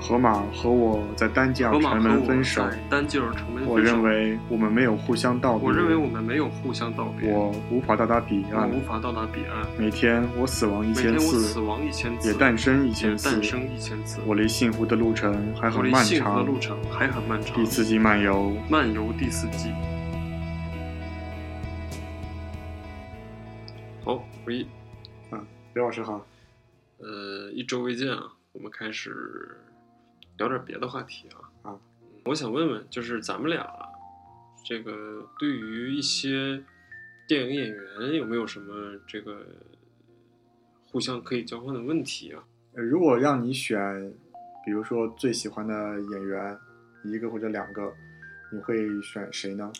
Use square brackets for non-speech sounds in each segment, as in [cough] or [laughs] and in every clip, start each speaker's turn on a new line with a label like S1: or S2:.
S1: 河马和我在单机上
S2: 河马
S1: 沉
S2: 和
S1: 沦
S2: 我
S1: 分手，
S2: 在单机上成为
S1: 我
S2: 分手
S1: 认为我们没有互相道别，
S2: 我认为我们没有互相道别，
S1: 我无法到达彼
S2: 我
S1: 岸。
S2: 无法到达彼岸。
S1: 每天我死亡一
S2: 每天
S1: 千
S2: 我
S1: 次
S2: 死，亡一千次，
S1: 也诞生一千
S2: 也
S1: 次
S2: 诞，生一千次。
S1: 我离幸福的路程还
S2: 我
S1: 很
S2: 离
S1: 漫
S2: 幸福的
S1: 长。
S2: 路程还很漫长。
S1: 第四季漫游，
S2: 漫游第四季。好，喂，
S1: 刘老师好，
S2: 呃，一周未见啊，我们开始聊点别的话题啊。
S1: 啊，
S2: 我想问问，就是咱们俩这个对于一些电影演员有没有什么这个互相可以交换的问题啊？
S1: 呃如果让你选，比如说最喜欢的演员一个或者两个，你会选谁呢？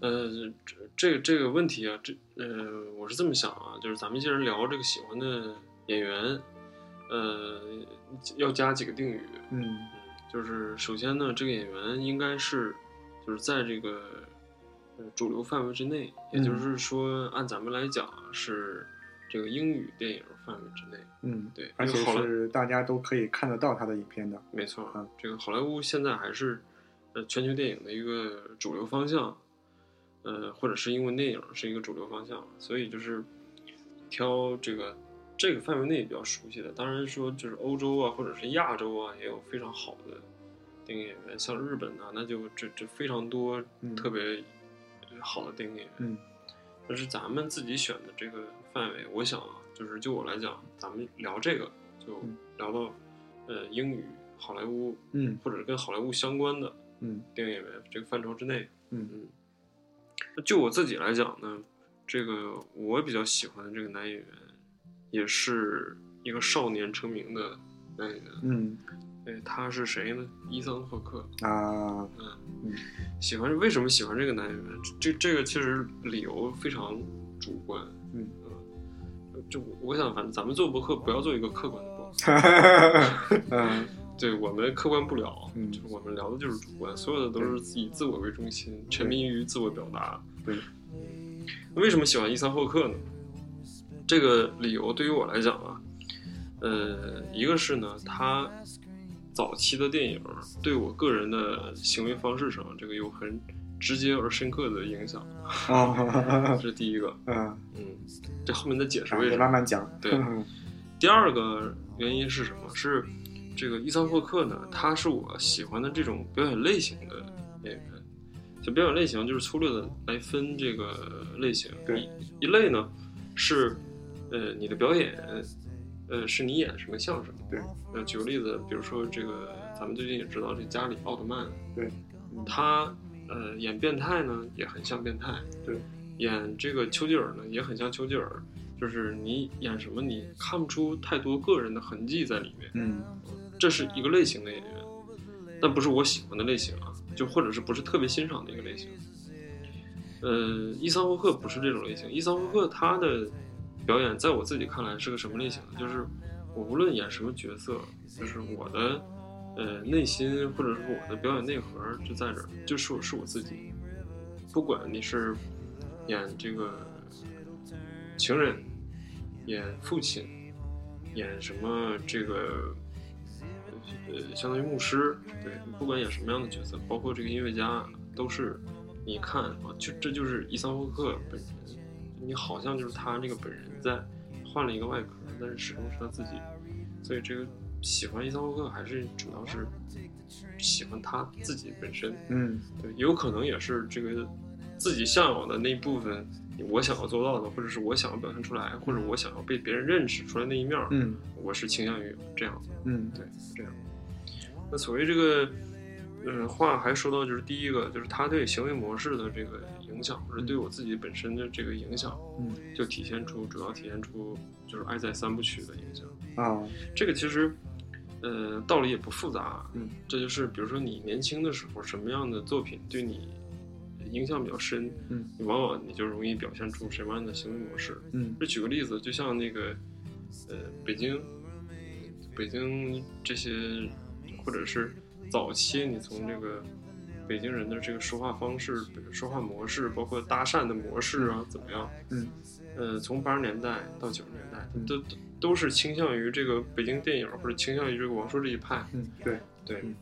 S2: 呃，这这这个问题啊，这呃，我是这么想啊，就是咱们既然聊这个喜欢的演员，呃，要加几个定语，
S1: 嗯
S2: 就是首先呢，这个演员应该是就是在这个呃主流范围之内，也
S1: 嗯
S2: 就是说，按咱们来讲啊是这个英语电影范围之内。
S1: 嗯，
S2: 对，
S1: 而且
S2: 因为哎好莱
S1: 是大家都可以看得到他的影片的。
S2: 没错
S1: 嗯，
S2: 这个好莱坞现在还是呃全球电影的一个主流方向，呃，或者是英文电影是一个主流方向，所以就是挑这个这个范围内比较熟悉的。当然说就是欧洲啊，或者是亚洲啊，也有非常好的电影演员，像日本啊，那就这这非常多
S1: 嗯
S2: 特别好的电影演员。
S1: 嗯
S2: 但是咱们自己选的这个范围，我想啊，就是就我来讲，咱们聊这个就
S1: 嗯
S2: 聊到、呃英语、好莱坞
S1: 嗯
S2: 或者是跟好莱坞相关的
S1: 嗯
S2: 电影演员这个范畴之内。
S1: 嗯
S2: 那就我自己来讲呢，这个我比较喜欢的这个男演员，也是一个少年成名的男演员。
S1: 嗯
S2: 哎，他是谁呢？伊桑霍克。
S1: 啊 [laughs]
S2: 喜欢为什么喜欢这个男演员？这这这个其实理由非常主观。
S1: 嗯
S2: 呃就我我想，反正咱们做博客不要做一个客观的博客，
S1: 嗯
S2: 对我们客观不了，
S1: 嗯
S2: 就是我们聊的就是主观，所有的都是以自我为中心，沉迷于自我表达。
S1: 对，
S2: 那为什么喜欢伊桑霍克呢？这个理由对于我来讲啊，呃，一个是呢，他早期的电影对我个人的行为方式上，这个有很直接而深刻的影响，
S1: 啊
S2: 这是第一个。
S1: [laughs] 嗯，啊
S2: 嗯，这后面再解释
S1: 咱
S2: 为
S1: 们
S2: 什
S1: 慢
S2: 么。
S1: 慢讲。
S2: 对第二个原因是什么？是这个伊桑霍克呢，他是我喜欢的这种表演类型的演员。就表演类型，就是粗略的来分这个类型。
S1: 对
S2: 一一类呢是，呃，你的表演，呃，是你演什么像什么。
S1: 对。
S2: 呃，举个例子，比如说这个，咱们最近也知道这家里奥特曼，
S1: 嗯
S2: 他呃演变态呢也很像变态，
S1: 对，
S2: 演这个丘吉尔呢也很像丘吉尔，就是你演什么你看不出太多个人的痕迹在里面，
S1: [laughs] 嗯
S2: 这是一个类型的演员，但不是我喜欢的类型啊，就或者是不是特别欣赏的一个类型。呃，伊桑霍克不是这种类型，伊桑霍克他的表演在我自己看来是个什么类型呢？就是我无论演什么角色，就是我的呃内心或者是我的表演内核就在这儿，就是我是我自己。不管你是演这个情人，演父亲，演什么这个呃，相当于牧师，对，不管演什么样的角色，包括这个音乐家，都是你看啊，就这就是伊桑霍克本人，你好像就是他这个本人在换了一个外壳，但是始终是他自己，所以这个喜欢伊桑霍克还是主要是喜欢他自己本身，
S1: 嗯
S2: 对，有可能也是这个自己向往的那一部分，我想要做到的，或者是我想要表现出来，或者我想要被别人认识出来那一面儿，
S1: 嗯
S2: 我是倾向于这样的。
S1: 嗯
S2: 对，是这样。那所谓这个，嗯，话还说到就是第一个，就是他对行为模式的这个影响，或者对我自己本身的这个影响，
S1: 嗯
S2: 就体现出主要体现出就是《爱在三部曲》的影响。
S1: 啊
S2: 这个其实，呃，道理也不复杂，
S1: 嗯，
S2: 这就是比如说你年轻的时候什么样的作品对你影响比较深，
S1: 嗯，
S2: 你往往你就容易表现出什么样的行为模式，
S1: 嗯
S2: 就举个例子，就像那个，呃，北京，北京这些，或者是早期你从这个北京人的这个说话方式、说话模式，包括搭讪的模式啊，怎么样？
S1: 嗯
S2: 呃，从八十年代到九十年代
S1: 嗯，
S2: 都都都是倾向于这个北京电影或者倾向于这个王朔这一派。
S1: 嗯，对，
S2: 对，
S1: 嗯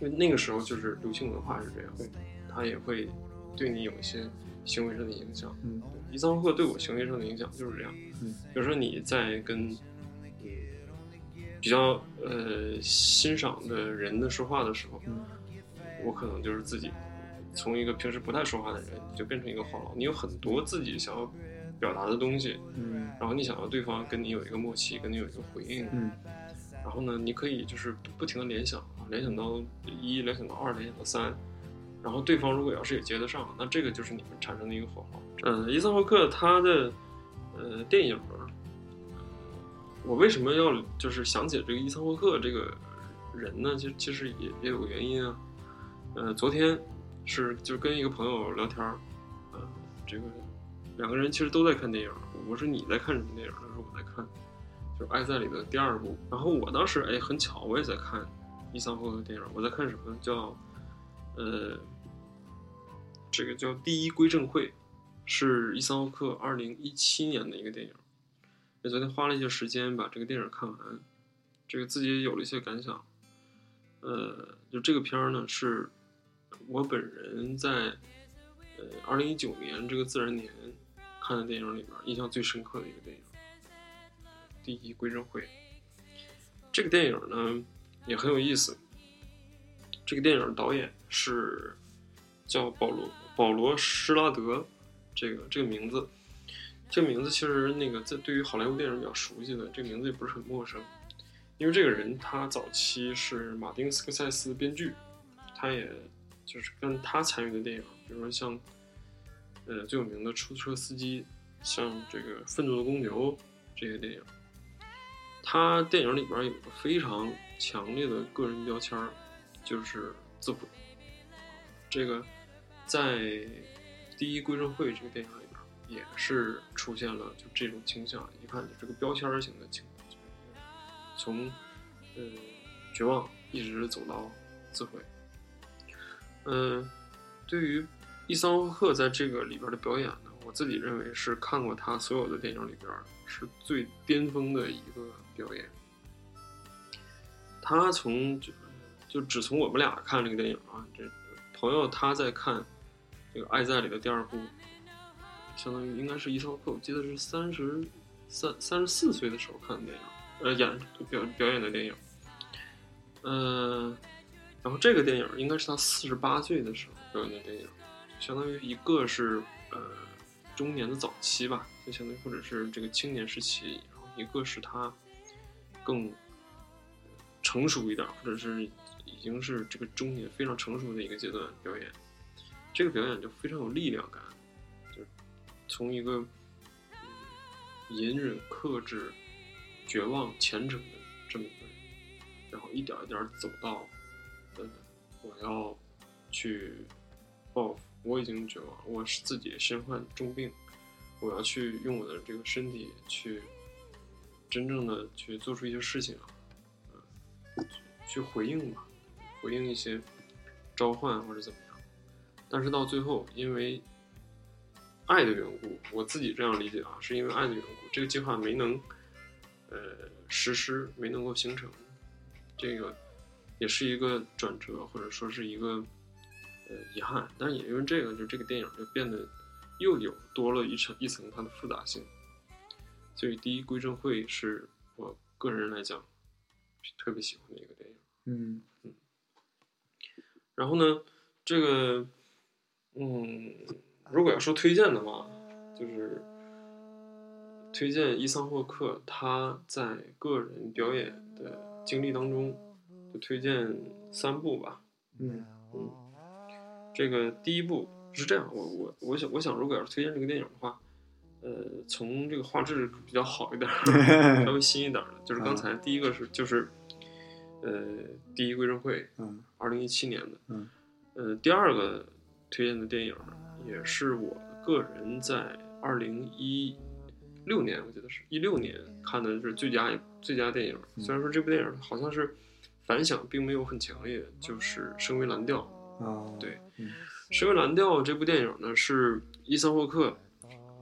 S2: 因为那个时候就是流行文化是这样
S1: 对，
S2: 它也会对你有一些行为上的影响。
S1: 嗯
S2: 伊桑霍克对我行为上的影响就是这样。
S1: 嗯，
S2: 比如说你在跟嗯比较呃欣赏的人的说话的时候，
S1: 嗯
S2: 我可能就是自己从一个平时不太说话的人，你就变成一个话痨。你有很多自己想要表达的东西，
S1: 嗯
S2: 然后你想要对方跟你有一个默契，跟你有一个回应，
S1: 嗯
S2: 然后呢，你可以就是不停的联想，啊联想到一，联想到二，联想到三，然后对方如果要是也接得上，那这个就是你们产生的一个火花。嗯，伊森霍克他的呃电影儿，我为什么要就是想起这个伊森霍克这个人呢？其实其实也也有个原因啊。呃，昨天是就跟一个朋友聊天儿，呃，这个两个人其实都在看电影儿，我说你在看什么电影儿？他说我在看。就是《爱在》里的第二部。然后我当时哎，很巧，我也在看伊桑霍克的电影，我在看什么叫呃，这个叫《第一归正会》，是伊桑霍克二零一七年的一个电影。也昨天花了一些时间把这个电影看完，这个自己也有了一些感想。呃，就这个片儿呢，是我本人在呃二零一九年这个自然年看的电影里边印象最深刻的一个电影。第一归正会。这个电影呢也很有意思。这个电影导演是叫保罗保罗施拉德，这个这个名字，这个名字其实那个在对于好莱坞电影比较熟悉的，这个名字也不是很陌生。因为这个人他早期是马丁斯科塞斯编剧，他也就是跟他参与的电影，比如说像呃最有名的《出租车司机》，像这个《愤怒的公牛》这些电影。他电影里边有个非常强烈的个人标签儿，就是自负。这个在《第一归正会》这个电影里边也是出现了就这种倾向，一看就是个标签儿型的倾向，从呃绝望一直走到自毁。嗯，对于伊桑霍克在这个里边的表演呢，我自己认为是看过他所有的电影里边是最巅峰的一个表演。他从就就只从我们俩看这个电影啊，这朋友他在看这个《爱在》里的第二部，相当于应该是伊桑霍克，我记得是三十三三十四岁的时候看的电影，呃，演表表演的电影，嗯、然后这个电影应该是他四十八岁的时候表演的电影，相当于一个是呃中年的早期吧，就相当于或者是这个青年时期，然后一个是他更成熟一点，或者是已经是这个中年非常成熟的一个阶段表演。这个表演就非常有力量感，就从一个嗯隐忍、克制、绝望、虔诚的这么一个人，然后一点一点走到，呃，我要去报复，我已经绝望，我是自己身患重病，我要去用我的这个身体去真正的去做出一些事情啊，呃，去回应吧，回应一些召唤或者怎么样。但是到最后，因为爱的缘故，我自己这样理解啊，是因为爱的缘故，这个计划没能呃实施，没能够形成，这个也是一个转折，或者说是一个呃遗憾。但是也因为这个，就这个电影就变得又有多了一层一层它的复杂性。所以，第一归正会是我个人来讲特别喜欢的一个电影。
S1: 嗯
S2: 然后呢，这个，嗯，如果要说推荐的话，就是推荐伊桑霍克他在个人表演的经历当中，就推荐三部吧。
S1: 嗯
S2: 这个第一部是这样，我我我想我想，如果要是推荐这个电影的话，呃，从这个画质比较好一点儿，稍微新一点儿的，就是刚才第一个是就是，呃，第一归正会，
S1: 嗯
S2: 二零一七年的。
S1: 嗯，
S2: 呃，第二个推荐的电影也是我个人在二零一六年，我记得是一六年看的是最佳最佳电影。
S1: 嗯
S2: 虽然说这部电影好像是反响并没有很强烈，就是《升为蓝调》。
S1: 啊，
S2: 对
S1: 嗯
S2: 《十为蓝调》这部电影呢，是伊森霍克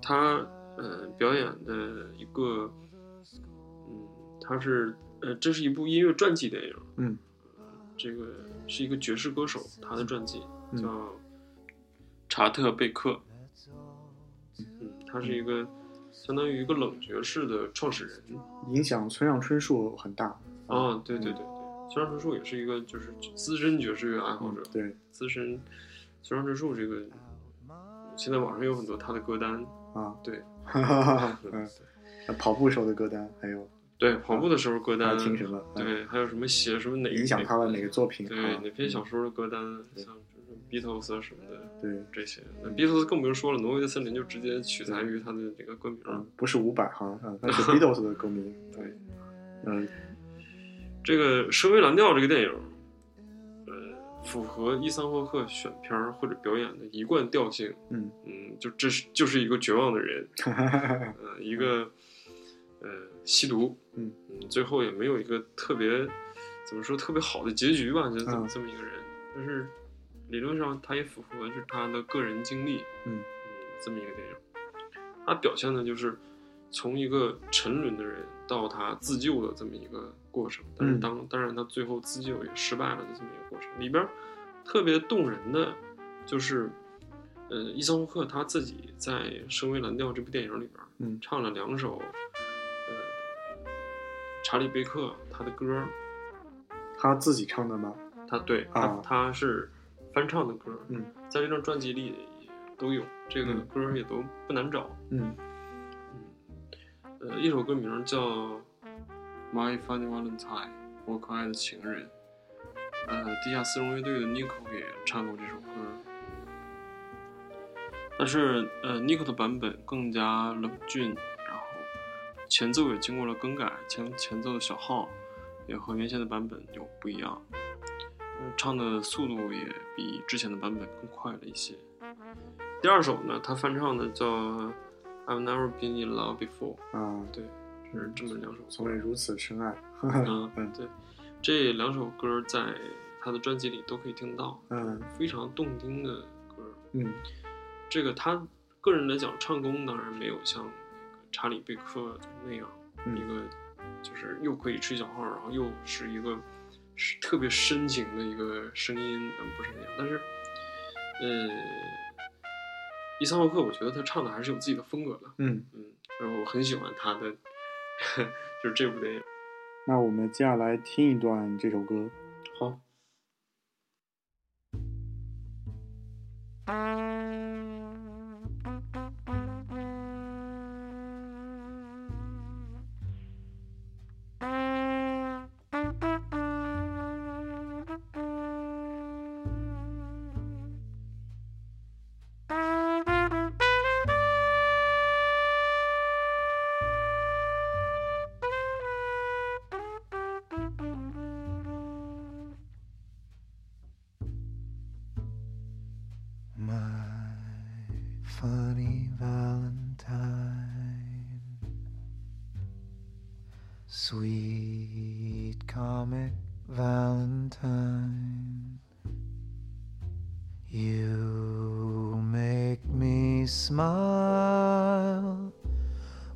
S2: 他呃表演的一个它是呃，这是一部音乐传记电影，
S1: 嗯，
S2: 这个是一个爵士歌手他的传记，
S1: 嗯
S2: 叫查特贝克，嗯，他是一个相当于一个冷爵士的创始人，
S1: 影响村上春树很大。
S2: 啊，对对对对，村上春树也是一个就是资深爵士乐爱好
S1: 嗯
S2: 者，，
S1: 对
S2: 资深村上春树这个，现在网上有很多他的歌单，
S1: 啊，
S2: 对，
S1: 哈哈哈哈，嗯，那 [laughs] 跑步时候的歌单，还有
S2: 对，跑步的时候歌
S1: 他
S2: 单，
S1: 听什么，嗯，
S2: 对，还有什么写什么哪
S1: 影响他的哪个嗯作品
S2: 对
S1: 啊？
S2: 哪篇小说的歌单，像就是 Beatles 啊什么的
S1: 嗯对，
S2: 这些，那 Beatles 更不用说了，《挪威的森林》就直接取材于他的这个歌名，
S1: 嗯，不是伍佰哈，嗯，那 [laughs] 是 Beatles 的歌迷，
S2: 对，
S1: 嗯
S2: 这个《深微蓝调》这个电影，呃，符合伊桑霍克选片儿或者表演的一贯调性。
S1: 嗯，
S2: 嗯，就这是就是一个绝望的人，
S1: 哈哈哈哈，
S2: 呃，一个呃吸毒，
S1: 嗯
S2: 最后也没有一个特别怎么说特别好的结局吧，就这么、
S1: 嗯
S2: 这么一个人。但是理论上他也符合就是他的个人经历，
S1: 嗯
S2: 这么一个电影，它表现的就是从一个沉沦的人到他自救的这么一个过程。但是
S1: 嗯
S2: 当当然他最后自救也失败了的这么一个过程，里边儿特别动人的就是。呃，伊桑霍克他自己在《声威蓝调》这部电影里边儿
S1: 嗯
S2: 唱了两首，呃，查理贝克他的歌儿，
S1: [laughs] 他自己唱的吗？
S2: 他对他、
S1: 啊
S2: 他是翻唱的歌，
S1: 嗯，
S2: 在这张专辑里也都有，这个
S1: 嗯
S2: 歌儿也都不难找，
S1: 嗯
S2: 呃，一首歌名叫《My Funny Valentine》，我可爱的情人。呃，地下丝绒乐队的 Nico 也唱过这首歌，但是呃，Nico 的版本更加冷峻，然后前奏也经过了更改，前前奏的小号也和原先的版本有不一样，呃唱的速度也比之前的版本更快了一些。第二首呢，他翻唱的叫《I've Never Been in Love Before》。
S1: 啊，
S2: 对，是这么两首
S1: 从
S2: 歌
S1: 未。如此深爱，哈哈，
S2: 嗯
S1: 嗯，
S2: 对，这两首歌在他的专辑里都可以听到，
S1: 嗯
S2: 非常动听的歌。
S1: 嗯
S2: 这个他个人来讲，唱功当然没有像那个查理贝克那样、
S1: 嗯
S2: 一个，就是又可以吹小号，然后又是一个是特别深情的一个声音，嗯，不是那样。但是，呃，伊桑霍克，我觉得他唱的还是有自己的风格的。
S1: 嗯。
S2: 嗯，然后我很喜欢他的， [laughs] 就是这部电影。
S1: 那我们接下来听一段这首歌。
S2: 好，
S3: My funny Valentine, sweet comic Valentine, you make me smile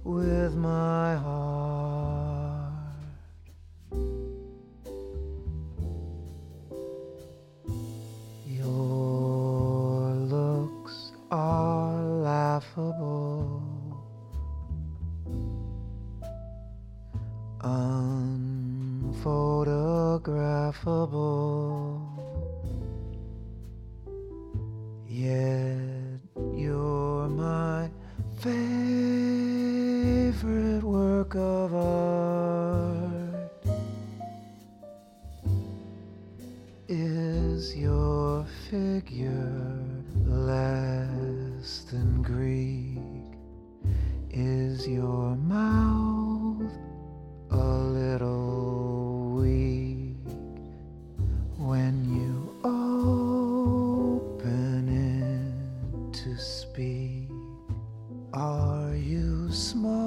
S3: with my heart. Your looks are laughable, unphotographable, yet you're my favorite work of art is your figure less than Greek? Is your mouth a little weak when you open it to speak? Are you smart?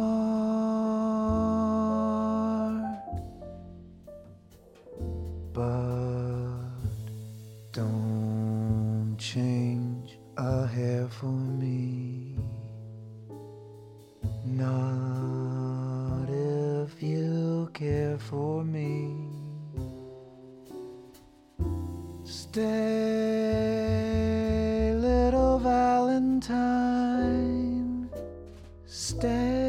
S3: but don't change a hair for me. Not if you care there for me. Stay, little Valentine. Stay.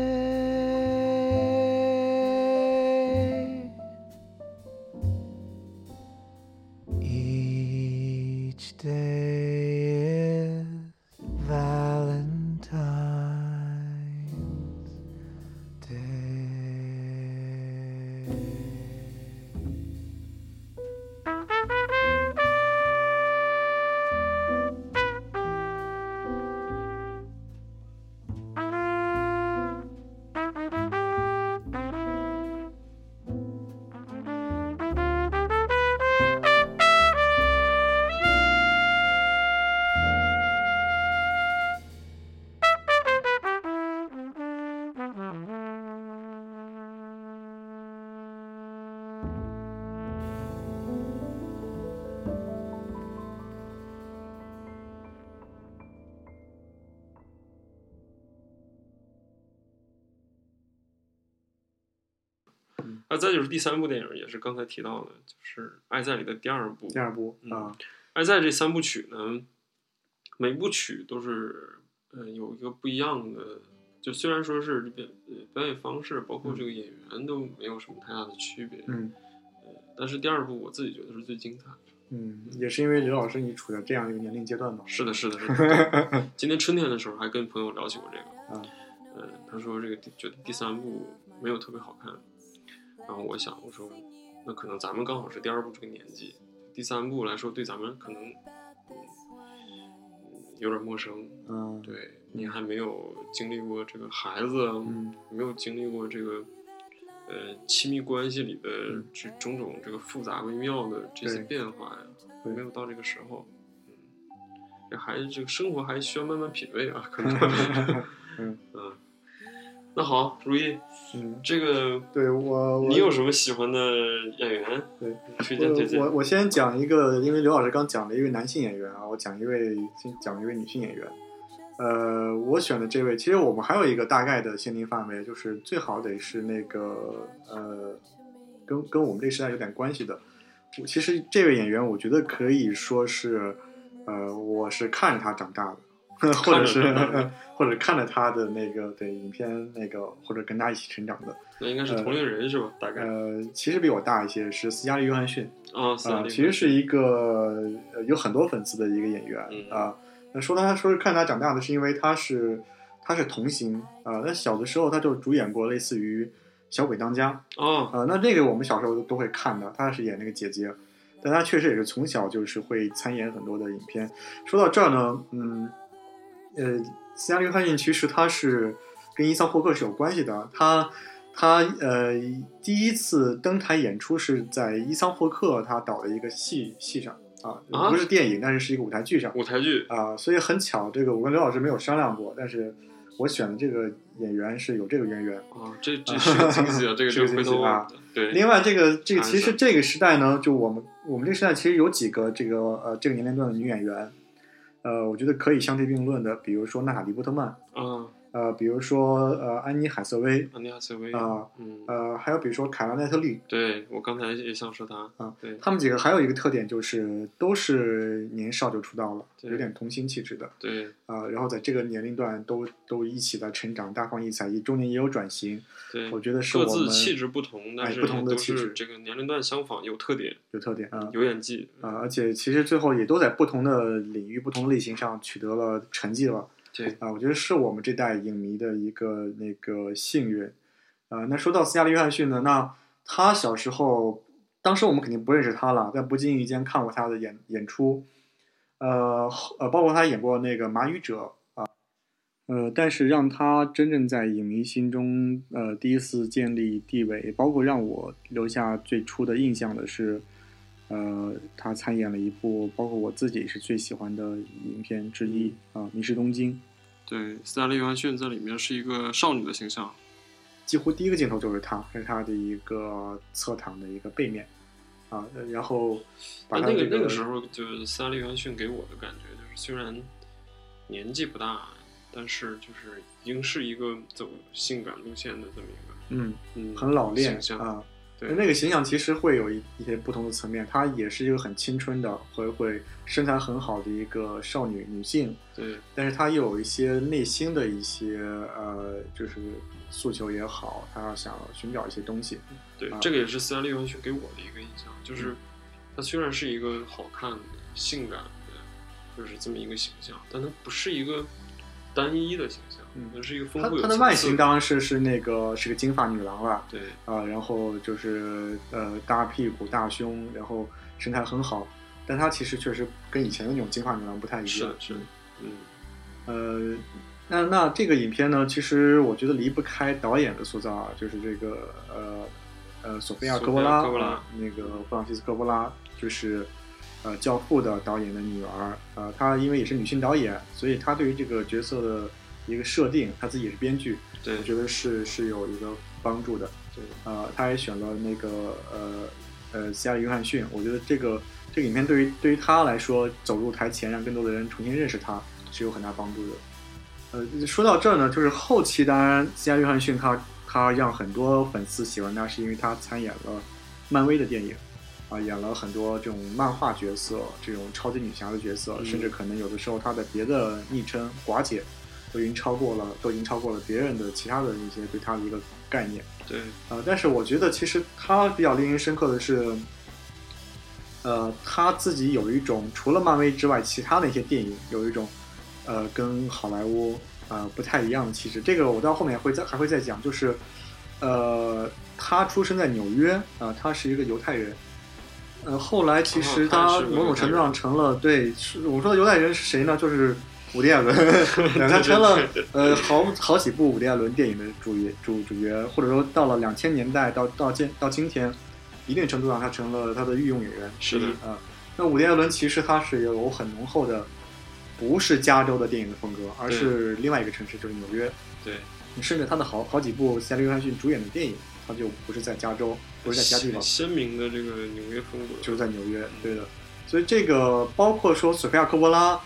S3: Each day is Valentine's Day.
S2: 啊，再就是第三部电影，也是刚才提到的，就是《爱在》里的第二部。
S1: 第二部
S2: 嗯
S1: 啊，
S2: 爱在这三部曲呢，每部曲都是呃有一个不一样的，就虽然说是表呃表演方式，包括这个演员都没有什么太大的区别，呃
S1: 嗯
S2: 但是第二部我自己觉得是最精彩的。
S1: 嗯，也是因为刘老师你处在这样一个年龄阶段嘛，
S2: 是的，是的，是的。对今天春天的时候还跟朋友聊起过这个，
S1: 啊，
S2: 呃，他说这个第觉得第三部没有特别好看，然后我想我说，那可能咱们刚好是第二部这个年纪，第三部来说对咱们可能。嗯有点陌生，
S1: 嗯，，
S2: 对你还没有经历过这个孩子，啊
S1: 嗯
S2: 没有经历过这个呃亲密关系里的这种种这个复杂微妙的这些
S1: 嗯对
S2: 变化呀，
S1: 对
S2: 没有到这个时候，嗯，这还这个生活还需要慢慢品味啊，可能，
S1: [laughs] 嗯
S2: 嗯，那好，如意，
S1: 嗯，
S2: 这个
S1: 对我我
S2: 你有什么喜欢的演员？
S1: 对，
S2: 推荐
S1: 呃
S2: 推
S1: 我
S2: 荐
S1: 我我先讲一个，因为刘老师刚讲了一位男性演员啊，我讲一位先讲一位女性演员。呃，我选的这位，其实我们还有一个大概的限定范围，就是最好得是那个呃，跟跟我们这时代有点关系的。我其实这位演员，我觉得可以说是，呃，我是看着他长大的，或者是
S2: 看着他长大
S1: 或者看着他的那个对影片那个，或者跟他一起成长的。
S2: 那应该是同龄人是吧？大概
S1: 呃，其实比我大一些，是斯嘉丽·约翰逊。
S2: 啊，斯
S1: 啊、
S2: 嘉丽
S1: 其实是一个、呃、有很多粉丝的一个演员啊、
S2: 嗯
S1: 那说他说是看他长大的，是因为他是他是童星啊、那小的时候他就主演过类似于《小鬼当家》
S2: 哦，
S1: 啊、那这个我们小时候都都会看的，他是演那个姐姐，但他确实也是从小就是会参演很多的影片。说到这儿呢，嗯，呃，斯嘉丽·约翰逊其实他是跟伊桑霍克是有关系的，他。他呃，第一次登台演出是在伊桑霍克他导的一个戏戏上啊
S2: 啊，
S1: 不是电影，但是是一个舞台剧上
S2: 舞台剧
S1: 啊，所以很巧，这个我跟刘老师没有商量过，但是我选的这个演员是有这个渊源。
S2: 啊，这
S1: [laughs]
S2: 这是个惊喜啊，这个
S1: 是
S2: 就
S1: 个
S2: 回
S1: 惊喜
S2: 头
S1: 啊
S2: 对，
S1: 另外，这个这个
S2: 看一
S1: 其
S2: 下
S1: 实这个时代呢，就我们我们这个时代其实有几个这个呃这个年龄段的女演员，呃，我觉得可以相提并论的，比如说娜塔莉波特曼，
S2: 啊，
S1: 呃，比如说呃安妮海瑟薇，
S2: 安妮海瑟薇
S1: 啊，
S2: 嗯，
S1: 呃，还有比如说凯拉奈特利，
S2: 对我刚才也想说他
S1: 啊，
S2: 对
S1: 她们几个还有一个特点就是都是年少就出道了，
S2: 对
S1: 有点童星气质的
S2: 对
S1: 啊、然后在这个年龄段都都一起在成长，大放异彩，也中年也有转型，
S2: 对，
S1: 我觉得是
S2: 各
S1: 我们
S2: 自气质不同，但
S1: 哎
S2: 是
S1: 不同的
S2: 都
S1: 气
S2: 是
S1: 质
S2: 这个年龄段相仿，有特点，
S1: 有特点啊。
S2: 有演技，
S1: 啊、而且其实最后也都在不同的领域、不同类型上取得了成绩了。
S2: 对
S1: 啊、我觉得是我们这代影迷的一个那个幸运。啊、那说到斯嘉丽·约翰逊呢，那他小时候，当时我们肯定不认识他了，但不经意间看过他的演演出，呃后呃，包括他演过那个《马语者》啊、呃，但是让他真正在影迷心中呃第一次建立地位，包括让我留下最初的印象的是，呃，他参演了一部包括我自己是最喜欢的影片之一啊，迷失东京》。
S2: 对，斯嘉丽·约翰逊在里面是一个少女的形象，
S1: 几乎第一个镜头就是他，是他的一个侧躺的一个背面，啊，然后把
S2: 但
S1: 他
S2: 哎那
S1: 这
S2: 那个时候就是斯嘉丽·约翰逊给我的感觉就是，虽然年纪不大，但是就是已经是一个走性感路线的这么一个
S1: 嗯，
S2: 嗯
S1: 很老练
S2: 形象，
S1: 啊，
S2: 对
S1: 那个形象其实会有一一些不同的层面，她也是一个很青春的，会会身材很好的一个少女女性，
S2: 对
S1: 但是她又有一些内心的一些呃，就是诉求也好，她想寻找一些东西。
S2: 对
S1: 啊，嗯
S2: 这个也是斯嘉丽约翰逊给我的一个印象，就是她虽然是一个好看的、性感的，就是这么一个形象，但她不是一个单一的形象
S1: 嗯，
S2: 它是一个丰
S1: 她
S2: 富有
S1: 她的
S2: 层
S1: 外
S2: 次
S1: 形当然是是那个是个金发女郎了，
S2: 对
S1: 啊，然后就是呃大屁股、大胸，然后身材很好，但她其实确实跟以前的那种金发女郎不太一样。
S2: 是的是的，嗯
S1: 呃，那那这个影片呢，其实我觉得离不开导演的塑造啊，就是这个呃呃索菲亚·
S2: 索菲
S1: 戈波
S2: 亚
S1: 拉，
S2: 戈波拉
S1: 啊那个弗朗西斯·戈波拉，就是呃《教父》的导演的女儿。呃，她因为也是女性导演，所以她对于这个角色的一个设定，她自己也是编剧，
S2: 对
S1: 我觉得是是有一个帮助的。
S2: 对
S1: 呃，他还选了那个呃呃西亚约翰逊，我觉得这个这个影片对于对于他来说走入台前，让更多的人重新认识他是有很大帮助的。呃，说到这儿呢，就是后期当然西亚约翰逊他他让很多粉丝喜欢他，是因为他参演了漫威的电影。啊，演了很多这种漫画角色，这种超级女侠的角色，
S2: 嗯
S1: 甚至可能有的时候他的别的昵称“寡姐”都已经超过了，都已经超过了别人的其他的一些对他的一个概念。
S2: 对
S1: 呃，但是我觉得其实他比较令人深刻的是，呃，他自己有一种除了漫威之外，其他的一些电影有一种呃跟好莱坞呃不太一样的气质。这个我到后面会再还会再讲，就是呃，他出生在纽约啊、呃他是一个犹太人。呃，后来其实
S2: 哦他
S1: 他
S2: 是个
S1: 某种程度上成了对，是我说的犹太人是谁呢？就是伍迪·艾 [laughs] 伦，对他成了呃好好几部伍迪·艾伦电影的主角主主角，或者说到了两千年代到到今到今天，一定程度上他成了他的御用演员。
S2: 是的
S1: 啊、那伍迪·艾伦其实他是有很浓厚的，不是加州的电影的风格，而是另外一个城市，就是纽约。
S2: 对，
S1: 甚至他的好好几部西亚约翰逊主演的电影，他就不是在加州，不是在其他地方
S2: 很，鲜明的这个纽约风格，
S1: 就是在纽约，对的。所以这个包括说索菲亚·科波拉，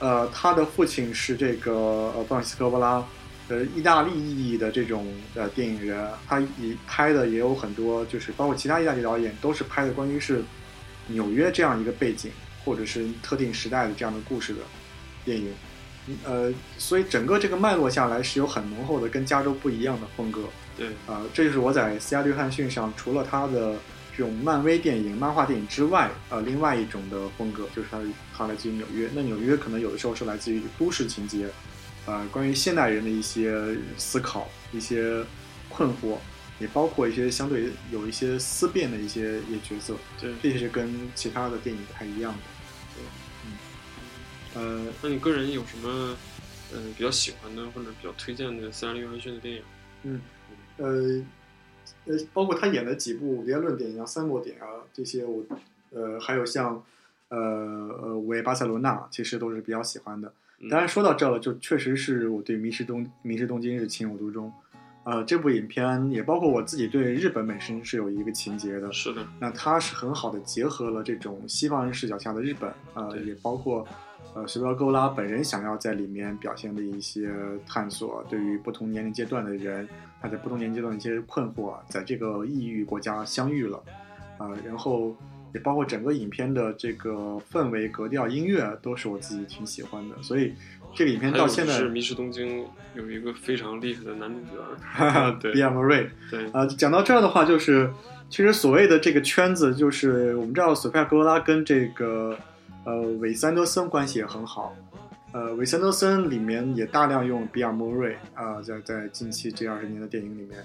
S1: 呃，他的父亲是这个呃弗朗西斯·科波拉，呃，意大利裔的这种呃电影人，他也拍的也有很多，就是包括其他意大利导演都是拍的关于是纽约这样一个背景或者是特定时代的这样的故事的电影。嗯呃，所以整个这个脉络下来是有很浓厚的跟加州不一样的风格。
S2: 对
S1: 啊、这就是我在《斯嘉丽约翰逊》上除了他的这种漫威电影、漫画电影之外，呃，另外一种的风格，就是他他来自于纽约。那纽约可能有的时候是来自于都市情节，呃，关于现代人的一些思考、一些困惑，也包括一些相对有一些思辨的一些一些角色，
S2: 对。
S1: 这些是跟其他的电影不太一样的。对，嗯，呃，
S2: 那你个人有什么嗯比较喜欢的或者比较推荐的斯嘉丽约翰逊的电影？
S1: 嗯，呃，呃，包括他演的几部《连论点》啊、《三落点》啊这些我，呃，还有像呃呃《维巴塞罗那》，其实都是比较喜欢的。
S2: 嗯
S1: 当然说到这儿了，就确实是我对《迷失东迷失东京》是情有独钟。呃，这部影片也包括我自己对日本本身是有一个情结的，
S2: 是的，
S1: 那它是很好的结合了这种西方人视角下的日本，呃，
S2: 对
S1: 也包括呃随波勾拉本人想要在里面表现的一些探索，对于不同年龄阶段的人，他在不同年龄阶段的一些困惑，在这个异域国家相遇了，啊、然后也包括整个影片的这个氛围、格调、音乐都是我自己挺喜欢的，所以这个影片
S2: 还有
S1: 到
S2: 就
S1: 现在，
S2: 是《迷失东京》有一个非常厉害的男主角
S1: [laughs]
S2: 儿对
S1: 比尔·莫瑞，
S2: 对
S1: 呃，讲到这儿的话，就是其实所谓的这个圈子，就是我们知道索菲亚·格罗拉跟这个呃韦斯安德森关系也很好。呃，韦斯安德森里面也大量用比尔·莫瑞啊、在在近期这二十年的电影里面，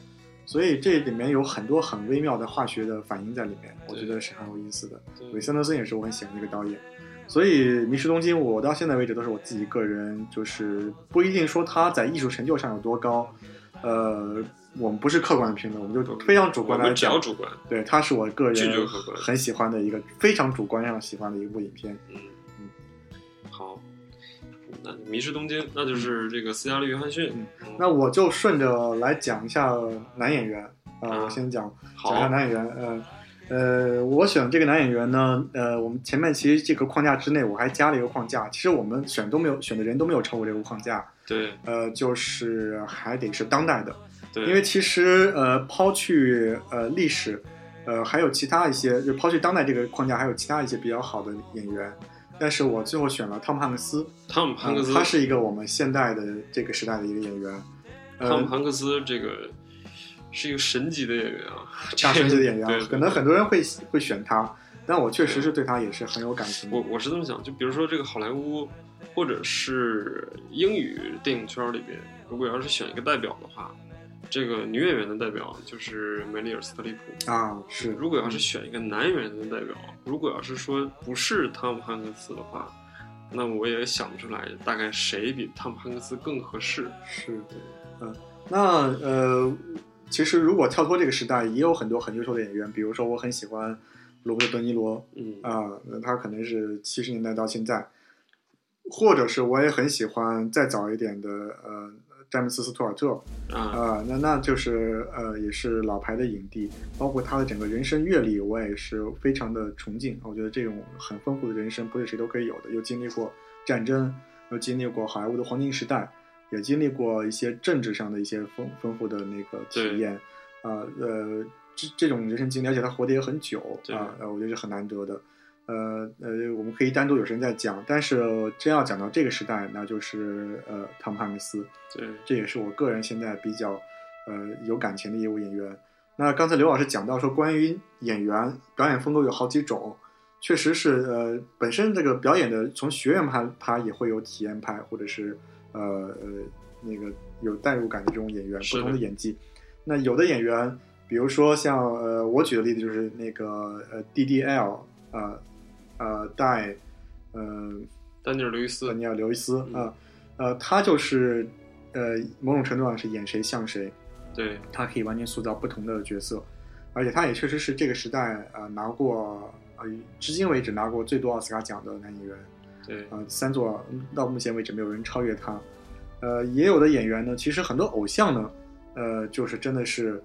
S1: 所以这里面有很多很微妙的化学的反应在里面，我觉得是很有意思的。
S2: 对
S1: 韦斯安德森也是我很喜欢的一个导演，所以《迷失东京》我到现在为止都是我自己个人，就是不一定说他在艺术成就上有多高，呃，我们不是客观的评论，我们就非常主观
S2: 我
S1: 的来
S2: 们只要
S1: 讲。
S2: 主观，
S1: 对，他是我个
S2: 拒绝
S1: 人
S2: 客观
S1: 很喜欢的一个非常主观上喜欢的一部影片。
S2: 嗯，好，那《迷失东京》那就是这个斯嘉丽约翰逊
S1: 嗯，
S2: 嗯
S1: 那我就顺着来讲一下男演员啊、
S2: 啊
S1: 我先讲讲一下
S2: 好，
S1: 男演员，呃。呃，我选这个男演员呢，呃，我们前面其实这个框架之内，我还加了一个框架。其实我们选都没有选的人都没有超过这个框架，
S2: 对
S1: 呃，就是还得是当代的，
S2: 对，
S1: 因为其实呃，抛去呃历史，呃，还有其他一些，就抛去当代这个框架，还有其他一些比较好的演员，但是我最后选了汤姆汉克斯，
S2: 汤姆汉克
S1: 嗯
S2: 斯，
S1: 他是一个我们现代的这个时代的一个演
S2: [laughs]
S1: 员，
S2: 汤姆
S1: 呃，
S2: 汉克斯这个是一个神级的演员啊，
S1: 大神级的演员
S2: 对
S1: 啊，
S2: 对
S1: 可能很多人会会选他，但我确实是对他也是很有感情的
S2: 我。我是这么想，就比如说这个好莱坞，或者是英语电影圈里边，如果要是选一个代表的话，这个女演员的代表就是梅丽尔·斯特里普。
S1: 啊，是，
S2: 如果要是选一个男演员的代表，如果要是说不是汤姆汉克斯的话，那我也想不出来大概谁比汤姆汉克斯更合适。
S1: 是的，嗯，那呃，其实如果跳脱这个时代，也有很多很优秀的演员，比如说我很喜欢罗伯特·德尼罗
S2: 嗯，
S1: 啊、那他可能是七十年代到现在，或者是我也很喜欢再早一点的呃詹姆斯·斯图尔特
S2: 啊，
S1: 啊、那那就是呃也是老牌的影帝，包括他的整个人生阅历，我也是非常的崇敬。我觉得这种很丰富的人生不是谁都可以有的，又经历过战争，又经历过好莱坞的黄金时代，也经历过一些政治上的一些丰丰富的那个体验，啊呃这这种人生经历，而且他活得也很久
S2: 对
S1: 啊、呃，我觉得是很难得的。呃呃，我们可以单独有时间再讲，但是呃真要讲到这个时代，那就是呃汤姆汉克斯，
S2: 对，
S1: 这也是我个人现在比较呃有感情的业务演员。那刚才刘老师讲到说，关于演员表演风格有好几种，确实是呃本身这个表演的从学院派派也会有体验派，或者是呃呃那个有代入感的这种演员，
S2: 是
S1: 不
S2: 的
S1: 同的演技。那有的演员，比如说像呃我举的例子就是那个呃 DDL 呃呃戴呃
S2: 丹尼尔·刘易斯
S1: 呃，尼尔·刘易斯啊、
S2: 嗯
S1: 呃，他就是呃，某种程度上是演谁像谁，
S2: 对，
S1: 他可以完全塑造不同的角色，而且他也确实是这个时代呃拿过呃至今为止拿过最多奥斯卡奖的男演员，
S2: 对，
S1: 呃，三座嗯到目前为止没有人超越他。呃，也有的演员呢，其实很多偶像呢，呃，就是真的是，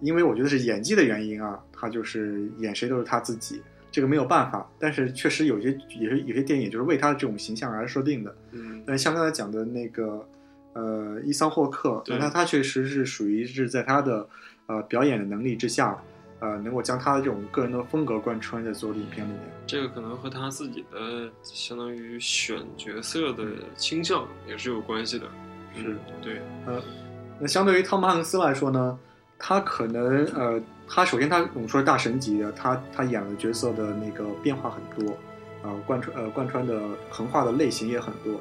S1: 因为我觉得是演技的原因啊，他就是演谁都是他自己，这个没有办法。但是确实有些有些有些电影就是为他的这种形象而设定的。
S2: 嗯，
S1: 但呃像刚才讲的那个，呃，伊桑霍克，
S2: 对
S1: 那他他确实是属于是在他的呃表演的能力之下，呃，能够将他的这种个人的风格贯穿在所有的影片里面。
S2: 这个可能和他自己的相当于选角色的倾向也是有关系的。
S1: 是
S2: 嗯，对，
S1: 那相对于汤姆汉克斯来说呢，他可能呃，他首先他我们说是大神级的，他他演的角色的那个变化很多，呃，贯穿呃贯穿的横跨的类型也很多。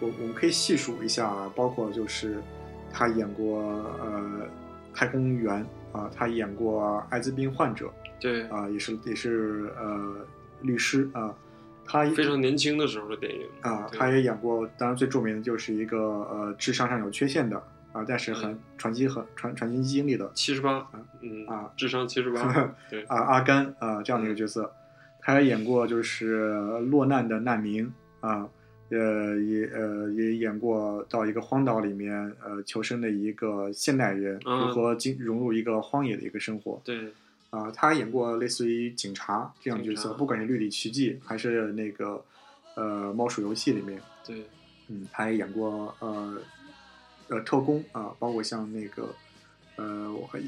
S1: 我我们可以细数一下啊，包括就是他演过呃太空员啊、他演过艾滋病患者
S2: 对，
S1: 啊、也是也是呃律师啊、他
S2: 非常年轻的时候的电影
S1: 啊、
S2: 对
S1: 他也演过，当然最著名的就是一个呃智商上有缺陷的啊、但是很
S2: 嗯
S1: 传奇很传传奇经历的
S2: 七十八，嗯
S1: 啊
S2: 智商七十
S1: [laughs]
S2: 八，对，
S1: 啊、阿甘啊、这样的一个角色，他也演过就是落难的难民啊、呃也呃也演过到一个荒岛里面呃求生的一个现代人
S2: 嗯
S1: 如何进融入一个荒野的一个生活
S2: 对，
S1: 啊、他演过类似于警察这样的角
S2: 警
S1: 色，
S2: 察
S1: 不管是《绿里奇迹》还是那个呃猫鼠游戏里面。
S2: 对，
S1: 嗯，他也演过呃呃特工啊、包括像那个呃，我还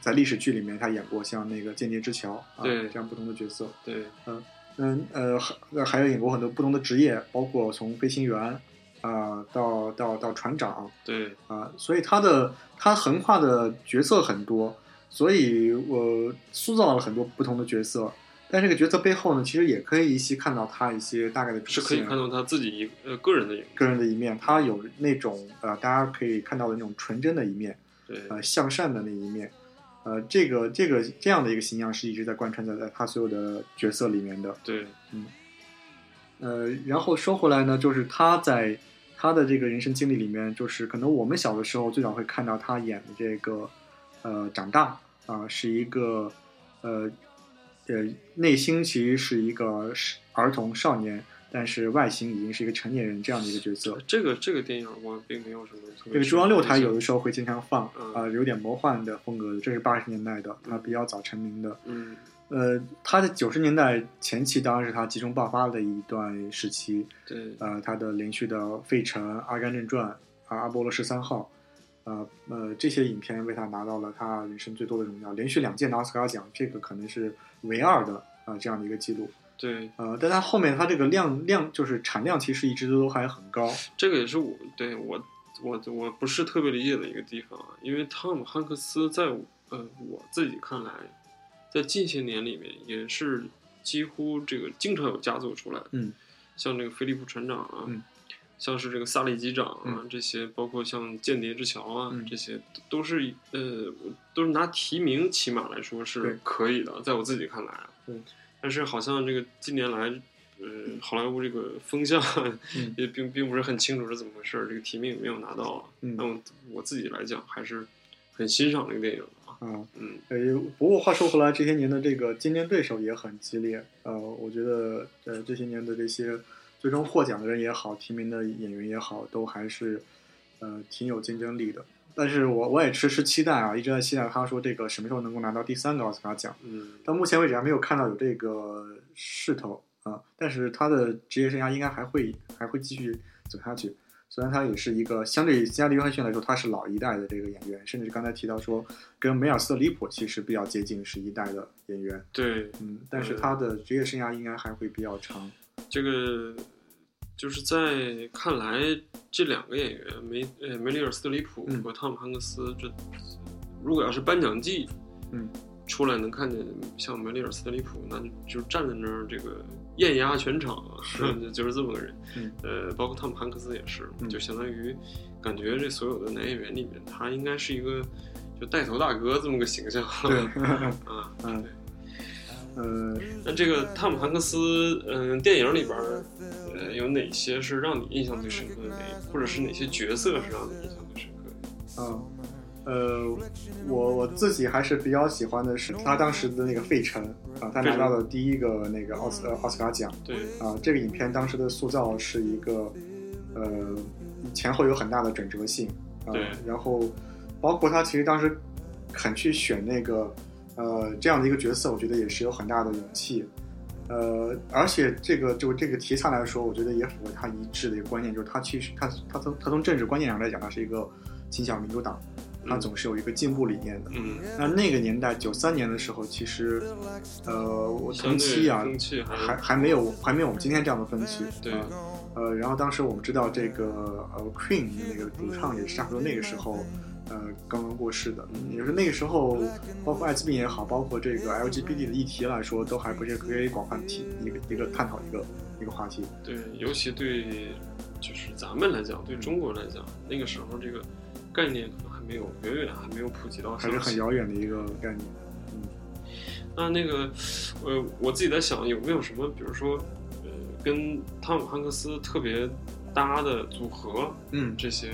S1: 在历史剧里面他演过像那个《间谍之桥》啊
S2: 对
S1: 这样不同的角色。
S2: 对，
S1: 嗯呃，还呃还有演过很多不同的职业，包括从飞行员啊、到到到船长啊、
S2: 对，
S1: 所以他的他横跨的角色很多，所以我塑造了很多不同的角色。但这个角色背后呢，其实也可以依稀看到他一些大概的主
S2: 是可以
S1: 线
S2: 看到他自己一呃个人的影子，
S1: 个人的一面，他有那种呃大家可以看到的那种纯真的一面，
S2: 对，
S1: 呃向善的那一面，呃这个这个这样的一个形象是一直在贯穿在在他所有的角色里面的。
S2: 对，
S1: 呃，然后说回来呢，就是他在他的这个人生经历里面，就是可能我们小的时候最早会看到他演的这个，呃，长大啊、是一个，呃，呃，内心其实是一个是儿童少年，但是外形已经是一个成年人这样的一个角色。
S2: 这个这个电影我并没有什么特别。
S1: 这个中央六台有的，时候会经常放，啊、
S2: 嗯
S1: 有点魔幻的风格的，这是八十年代的，他比较早成名的。
S2: 嗯，
S1: 呃，他的九十年代前期当然是他集中爆发的一段时期，
S2: 对，
S1: 呃，他的连续的《费城》《阿甘正传》啊，《阿波罗十三号》呃呃，这些影片为他拿到了他人生最多的荣耀，连续两届拿奥斯卡奖，这个可能是唯二的啊、呃、这样的一个记录。
S2: 对，
S1: 呃，但他后面他这个量量就是产量，其实一直都还很高。
S2: 这个也是我对我我我不是特别理解的一个地方，啊因为汤姆汉克斯在我呃我自己看来，在近些年里面也是几乎这个经常有佳作出来，
S1: 嗯，
S2: 像这个菲利普船长啊，
S1: 嗯
S2: 像是这个萨利机长啊、
S1: 嗯
S2: 这些，包括像间谍之桥啊、
S1: 嗯
S2: 这些都是呃都是拿提名起码来说
S1: 对
S2: 是可以的，在我自己看来啊，
S1: 对，
S2: 但是好像这个近年来。呃，好莱坞这个风向啊
S1: 嗯
S2: 也并并不是很清楚是怎么回事儿，这个提名也没有拿到啊。
S1: 嗯
S2: 那我我自己来讲还是很欣赏这个电影的啊。
S1: 啊、
S2: 嗯，
S1: 呃，不过话说回来，这些年的这个竞争对手也很激烈。呃，我觉得呃这些年的这些最终获奖的人也好，提名的演员也好，都还是呃挺有竞争力的。但是我我也迟迟期待啊，一直在期待他说这个什么时候能够拿到第三个奥斯卡奖。
S2: 嗯，
S1: 到目前为止还没有看到有这个势头啊、但是他的职业生涯应该还会还会继续走下去。虽然他也是一个相对于加利约翰逊来说，他是老一代的这个演员，甚至刚才提到说跟梅尔斯特里普其实比较接近是一代的演员，
S2: 对，
S1: 嗯，但是他的职业生涯应该还会比较长，
S2: 这个就是在看来，这两个演员梅呃梅里尔·斯特里普
S1: 嗯
S2: 和汤姆·汉克斯，这如果要是颁奖季，
S1: 嗯，
S2: 出来能看见像梅里尔·斯特里普，那就站在那儿这个艳压全场啊， [laughs]
S1: 是
S2: 就是这么个人。
S1: 嗯
S2: 呃，包括汤姆·汉克斯也是，
S1: 嗯
S2: 就相当于感觉这所有的男演员里面，他应该是一个就带头大哥这么个形象。
S1: [laughs] 对，
S2: 啊，
S1: 嗯，呃，
S2: 那这个汤姆汉克斯，嗯、电影里边儿，呃，有哪些是让你印象最深刻的电影，或者是哪些角色是让你印象最深刻的？
S1: 嗯，呃，我我自己还是比较喜欢的是他当时的那个费城啊，他拿到了第一个那个奥斯呃奥斯卡奖
S2: 对，
S1: 啊，这个影片当时的塑造是一个呃前后有很大的转折性啊
S2: 对，
S1: 然后包括他其实当时肯去选那个呃这样的一个角色，我觉得也是有很大的勇气。呃，而且这个就这个题材来说，我觉得也符合他一致的一个观念，就是他其实他他从他从政治观念上来讲，他是一个倾向民主党，他总是有一个进步理念的。
S2: 嗯，
S1: 那那个年代，九三年的时候，其实，呃，我同
S2: 相
S1: 期
S2: 对
S1: 啊，
S2: 风气还
S1: 还还没有还没有我们今天这样的分歧。
S2: 对
S1: 啊呃，然后当时我们知道这个呃 Queen 的那个主唱也是差不多那个时候，呃，刚刚过世的，嗯也就是那个时候，包括艾滋病也好，包括这个 LGBT 的议题来说，都还不是可以广泛提一个一个探讨一个一个话题。
S2: 对，尤其对，就是咱们来讲，对中国来讲，那个时候这个概念可能还没有，远远还没有普及到
S1: 还
S2: 上
S1: 是
S2: 海，
S1: 很遥远的一个概念。
S2: 那那个，呃，我自己在想有没有什么，比如说，呃，跟汤姆汉克斯特别搭的组合，
S1: 嗯，
S2: 这些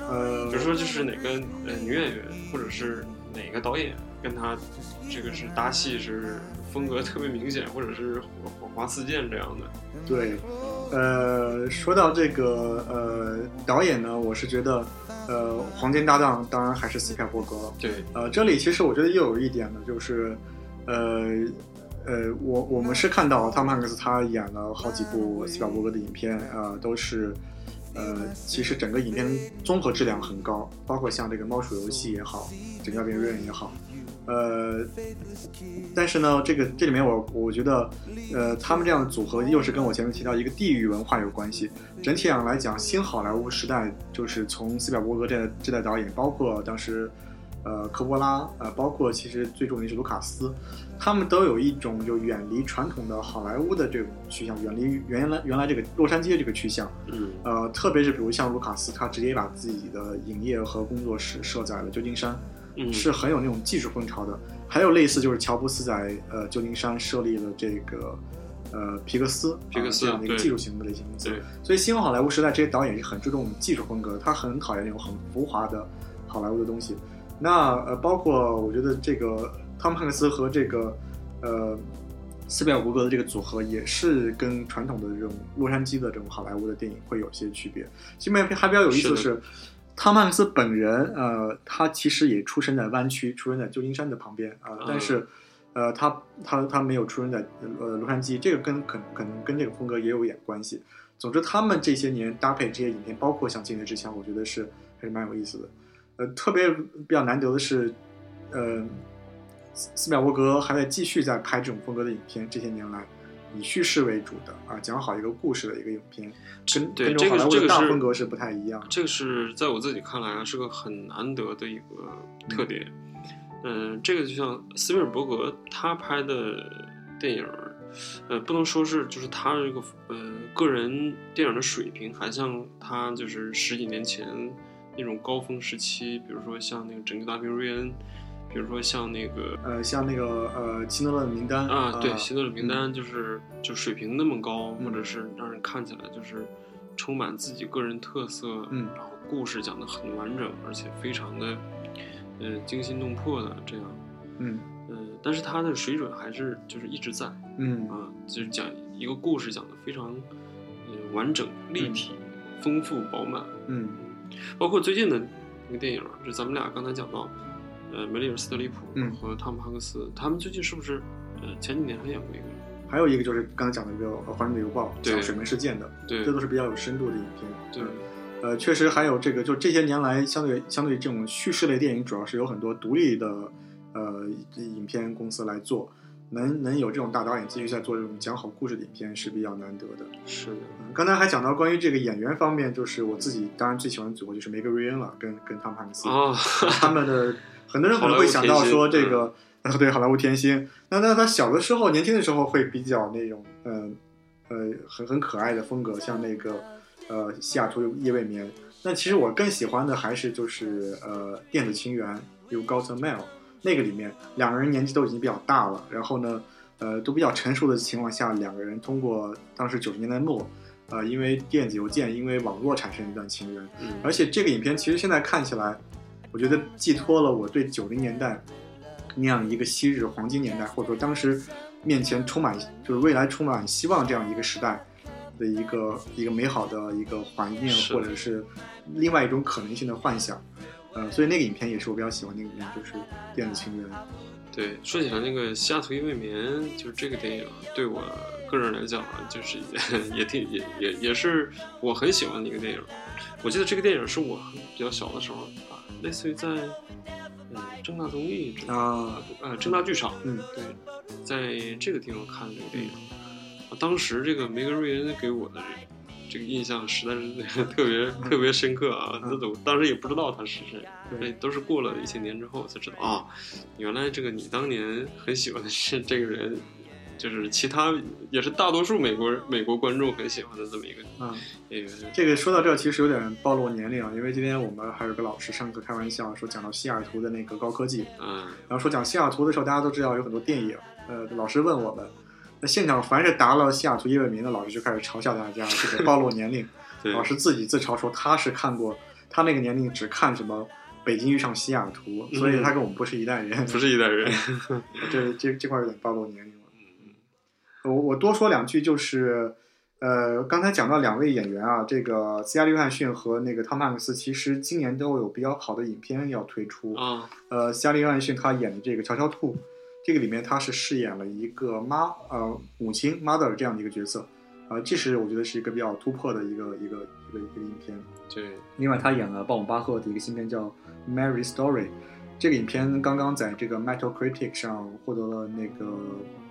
S1: 呃，
S2: 比如说就是哪个呃女演员，或者是哪个导演跟他这个是搭戏是风格特别明显，或者是火火花四溅这样的。
S1: 对，呃，说到这个呃导演呢，我是觉得，呃，黄金搭档当然还是斯皮尔伯格了。
S2: 对，
S1: 呃，这里其实我觉得又有一点呢，就是，呃，呃，我我们是看到汤姆汉克斯他演了好几部斯皮尔伯格的影片，呃，都是，呃，其实整个影片综合质量很高，包括像这个《猫鼠游戏》也好，《拯救别人》也好，呃，但是呢，这个这里面我我觉得，呃，他们这样的组合又是跟我前面提到一个地域文化有关系。整体上来讲，新好莱坞时代就是从斯皮尔伯格这代这代导演，包括当时呃科波拉，呃，包括其实最著名是卢卡斯，他们都有一种就远离传统的好莱坞的这种趋向，远离原来原来这个洛杉矶这个趋向。
S2: 嗯，
S1: 呃，特别是比如像卢卡斯，他直接把自己的影业和工作室设在了旧金山。
S2: 嗯
S1: 是很有那种技术风潮的。还有类似就是乔布斯在呃旧金山设立了这个呃皮克斯
S2: 皮克斯
S1: 啊这样的一个
S2: 对
S1: 技术型的类型公司。
S2: 对，
S1: 所以新好莱坞时代这些导演是很注重技术风格，他很讨厌那种很浮华的好莱坞的东西。那呃，包括我觉得这个汤姆汉克斯和这个呃斯皮尔伯格的这个组合，也是跟传统的这种洛杉矶的这种好莱坞的电影会有些区别。这边还比较有意思的是，
S2: 是
S1: 汤姆汉克斯本人呃，他其实也出生在湾区，出生在旧金山的旁边啊、呃
S2: 嗯
S1: 但是。呃，他他他没有出生在呃洛杉矶，这个跟可可能跟这个风格也有一点关系。总之，他们这些年搭配这些影片，包括像《进击之枪》，我觉得是还是蛮有意思的。呃，特别比较难得的是，呃，斯斯皮尔伯格还在继续在拍这种风格的影片，这些年来以叙事为主的啊，讲好一个故事的一个影片，跟
S2: 对
S1: 跟
S2: 这
S1: 种好莱坞
S2: 个是这
S1: 的
S2: 个
S1: 大
S2: 是
S1: 风格是不太一样的。
S2: 这个是在我自己看来啊，是个很难得的一个特点。嗯，这个就像斯皮尔伯格他拍的电影儿，呃，不能说是就是他这个呃个人电影的水平还像他就是十几年前那种高峰时期，比如说像那个《拯救大兵瑞恩》，比如说像那个
S1: 呃，像那个呃，希特勒的名单
S2: 啊，对，《
S1: 呃
S2: 行动的名单》就是就水平那么高，
S1: 嗯
S2: 或者是让人看起来就是充满自己个人特色，
S1: 嗯
S2: 然后故事讲的很完整，而且非常的呃惊心动魄的这样，
S1: 嗯
S2: 呃，但是他的水准还是就是一直在啊、
S1: 嗯
S2: 就是讲一个故事讲的非常呃完整、立体、丰富、饱满，
S1: 嗯
S2: 包括最近的那个电影，就咱们俩刚才讲到，呃，梅丽尔·斯特里普
S1: 嗯
S2: 和汤姆·汉克斯，他们最近是不是呃前几年还演过一个？
S1: 还有一个就是刚才讲的这个《呃华盛顿邮报》
S2: 对
S1: 讲水门事件的，
S2: 对
S1: 这都是比较有深度的影片。
S2: 对，
S1: 呃，确实还有这个，就这些年来，相对相对于这种叙事类电影，主要是有很多独立的呃影片公司来做，能能有这种大导演继续在做这种讲好故事的影片是比较难得的。
S2: 是的，
S1: 嗯刚才还讲到关于这个演员方面，就是我自己当然最喜欢的组合就是梅格瑞恩了，跟跟汤姆汉克斯。
S2: 哦，
S1: [laughs] 他们的很多人可能会想到说这个，呃对好莱坞天星。那那他小的时候、年轻的时候会比较那种，嗯呃很很可爱的风格，像那个呃西雅图夜未眠。那其实我更喜欢的还是就是呃电子情缘，比如《高层 Mail》那个里面，两个人年纪都已经比较大了，然后呢，呃都比较成熟的情况下，两个人通过当时九十年代末。呃，因为电子邮件，因为网络产生一段情缘，
S2: [laughs] 嗯
S1: 而且这个影片其实现在看起来，我觉得寄托了我对九零年代那样一个昔日黄金年代，或者说当时面前充满就是未来充满希望这样一个时代的一个一个美好的一个环境，
S2: 是
S1: 或者是另外一种可能性的幻想。呃，所以那个影片也是我比较喜欢那个影片，就是《电子情缘》。
S2: 对，说起来那个《西雅图夜未眠》，就是这个电影，啊对我个人来讲啊，就是也 [laughs] 挺也也也是我很喜欢的一个电影。我记得这个电影是我比较小的时候啊，类似于在嗯正大综艺之类的
S1: 啊，
S2: 呃正大剧场，
S1: 嗯
S2: 对，在这个地方看这个电影，
S1: 嗯
S2: 我当时这个梅格瑞恩给我的这个印象实在是 [laughs] 特别特别深刻啊！
S1: 嗯
S2: 那都当时也不知道他是谁，
S1: 对
S2: 对，都是过了一些年之后才知道啊，原来这个你当年很喜欢的是这个人，就是其他也是大多数美国美国观众很喜欢的这么一个
S1: 啊。
S2: 演员。
S1: 这个说到这儿，其实有点暴露年龄啊，因为今天我们还有个老师上课开玩笑说，讲到西雅图的那个高科技，
S2: 嗯，
S1: 然后说讲西雅图的时候，大家都知道有很多电影，呃，老师问我们，那现场凡是答了西雅图夜未眠的老师就开始嘲笑大家，这个暴露年龄。
S2: 对，
S1: 老师自己自嘲说他是看过，他那个年龄只看什么《北京遇上西雅图》，
S2: 嗯
S1: 所以他跟我们不是一代人。
S2: 不是一代人。
S1: 这这这块有点暴露年龄了。我我多说两句，就是呃，刚才讲到两位演员啊，这个斯嘉丽·约翰逊和那个汤姆汉克斯，其实今年都有比较好的影片要推出。
S2: 啊，
S1: 呃，斯嘉丽·约翰逊她演的这个《乔乔兔》，这个里面她是饰演了一个妈呃母亲 mother 这样的一个角色，呃，这是我觉得是一个比较突破的一个一个一个一个影片。
S2: 对，
S1: 另外，她演了鲍姆巴赫的一个新片叫《Mary Story》，这个影片刚刚在这个 Metal Critic 上获得了那个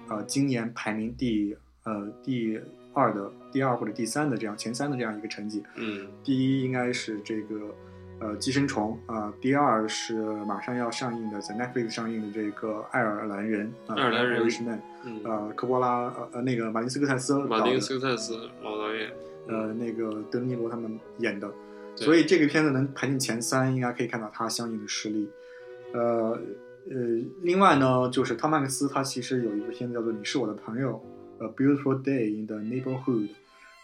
S1: 呃今年排名第呃第二的第二或者第三的这样前三的这样一个成绩。
S2: 嗯，
S1: 第一应该是这个呃《寄生虫》啊、第二是马上要上映的在 Netflix 上映的这个《爱尔兰人》啊、
S2: 爱尔兰人
S1: Irishman，
S2: 嗯，
S1: 呃，科波拉呃呃那个马丁斯科塞斯
S2: 马
S1: 导
S2: 丁·
S1: 的
S2: 斯科塞斯老导演，
S1: 呃那个德尼罗他们演的，
S2: 对
S1: 所以这个片子能排进前三，应该可以看到他相应的实力。呃呃，另外呢，就是汤姆汉克斯他其实有一部片子叫做《你是我的朋友》，呃，《Beautiful Day in the Neighborhood》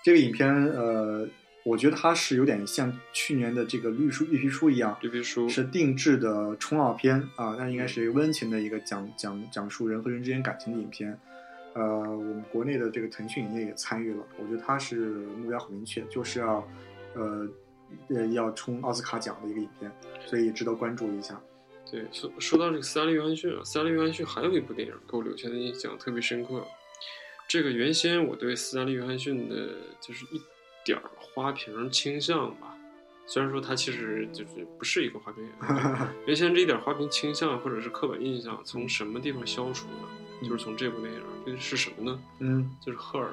S1: 这个影片，呃，我觉得它是有点像去年的这个绿书绿皮书一样，
S2: 绿皮书
S1: 是定制的冲浪片啊，那应该是一个温情的一个讲讲讲述人和人之间感情的影片。呃，我们国内的这个腾讯影业也参与了，我觉得它是目标很明确，就是要呃呃要冲奥斯卡奖的一个影片，所以值得关注一下。
S2: 对，说说到这个斯嘉丽·约翰逊啊，斯嘉丽·约翰逊还有一部电影给我留下的印象特别深刻。这个原先我对斯嘉丽·约翰逊的就是一点儿花瓶倾向吧，虽然说他其实就是不是一个花瓶演
S1: [laughs]
S2: 员，原先这一点花瓶倾向或者是刻板印象从什么地方消除的？就是从这部电影，这是什么呢？
S1: 嗯，
S2: 就是赫尔，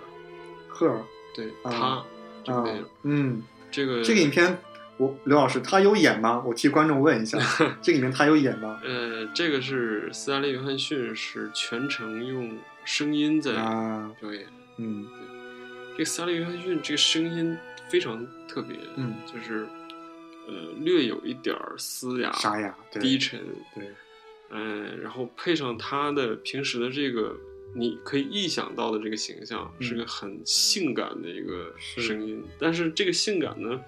S1: 赫尔，
S2: 对
S1: 啊
S2: 他这部电影
S1: 啊，，嗯，
S2: 这个
S1: 这个影片，我刘老师他有演吗？我替观众问
S2: [laughs]
S1: 一下，这个里面他有演吗？
S2: 呃，这个是斯嘉丽·约翰逊是全程用声音在
S1: 啊，
S2: 表演。
S1: 嗯
S2: 这个斯嘉丽·约翰逊这个声音非常特别，
S1: 嗯，
S2: 就是呃略有一点儿嘶哑、
S1: 沙哑，对
S2: 低沉，
S1: 对，
S2: 嗯、然后配上他的平时的这个。你可以臆想到的这个形象
S1: 嗯
S2: 是个很性感的一个
S1: 是
S2: 声音，但是这个性感呢，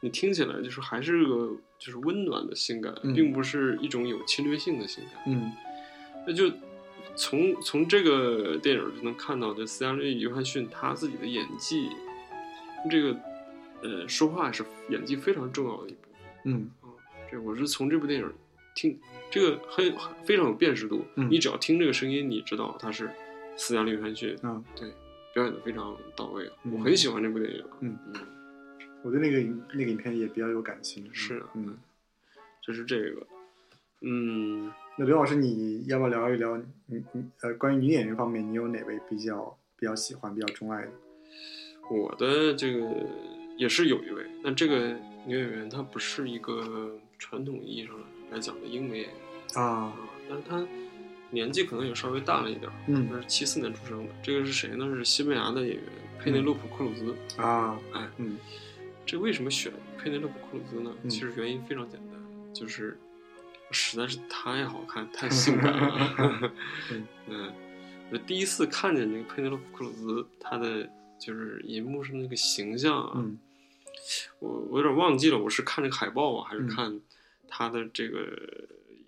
S2: 你听起来就是还是个就是温暖的性感，
S1: 嗯
S2: 并不是一种有侵略性的性感。
S1: 嗯
S2: 那就从从这个电影就能看到，就斯嘉丽·约翰逊他自己的演技，这个呃说话是演技非常重要的一部分。
S1: 嗯
S2: 这我是从这部电影听这个很很非常有辨识度，
S1: 嗯
S2: 你只要听这个声音，你知道他是斯嘉丽·约翰逊
S1: 嗯，
S2: 表演的非常到位。
S1: 嗯
S2: 我很喜欢这部电影，
S1: 嗯
S2: 嗯，
S1: 我对那个影那个影片也比较有感情。嗯
S2: 是啊
S1: 嗯，
S2: 这是这个，嗯，
S1: 那刘老师，你要不要聊一聊你你呃关于女演员方面，你有哪位比较比较喜欢、比较钟爱的？
S2: 我的这个也是有一位，但这个女演员她不是一个传统意义上来讲的英美演员
S1: 啊
S2: 啊，，但是她年纪可能也稍微大了一点儿，她
S1: 嗯
S2: 是七四年出生的。这个是谁呢？是西班牙的演员佩内洛普·克鲁兹。
S1: 啊，
S2: 哎，
S1: 嗯
S2: 这为什么选佩内洛普·克鲁兹呢？
S1: 嗯
S2: 其实原因非常简单，就是实在是太好看、太性感了
S1: 嗯。
S2: 嗯，我第一次看见这个佩内洛普·克鲁兹，她的就是银幕上那个形象啊，
S1: 嗯
S2: 我我有点忘记了，我是看这个海报啊，还是
S1: 嗯
S2: 看他的这个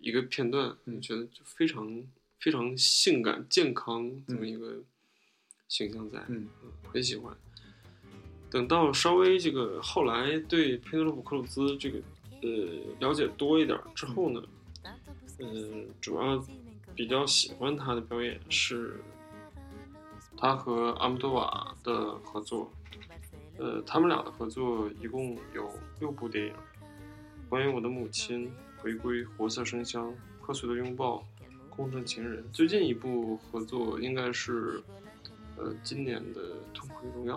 S2: 一个片段，
S1: 嗯
S2: 我觉得就非常非常性感、健康这么
S1: 嗯
S2: 一个形象在，
S1: 嗯
S2: 很喜欢。等到稍微这个后来对佩德罗普·克鲁兹这个呃了解多一点之后呢，嗯、主要比较喜欢他的表演是他和阿姆多瓦的合作，呃，他们俩的合作一共有六部电影，《关于我的母亲》《回归》《活色生香》《破碎的拥抱》《空城情人》。最近一部合作应该是，呃，今年的《痛苦与荣耀》。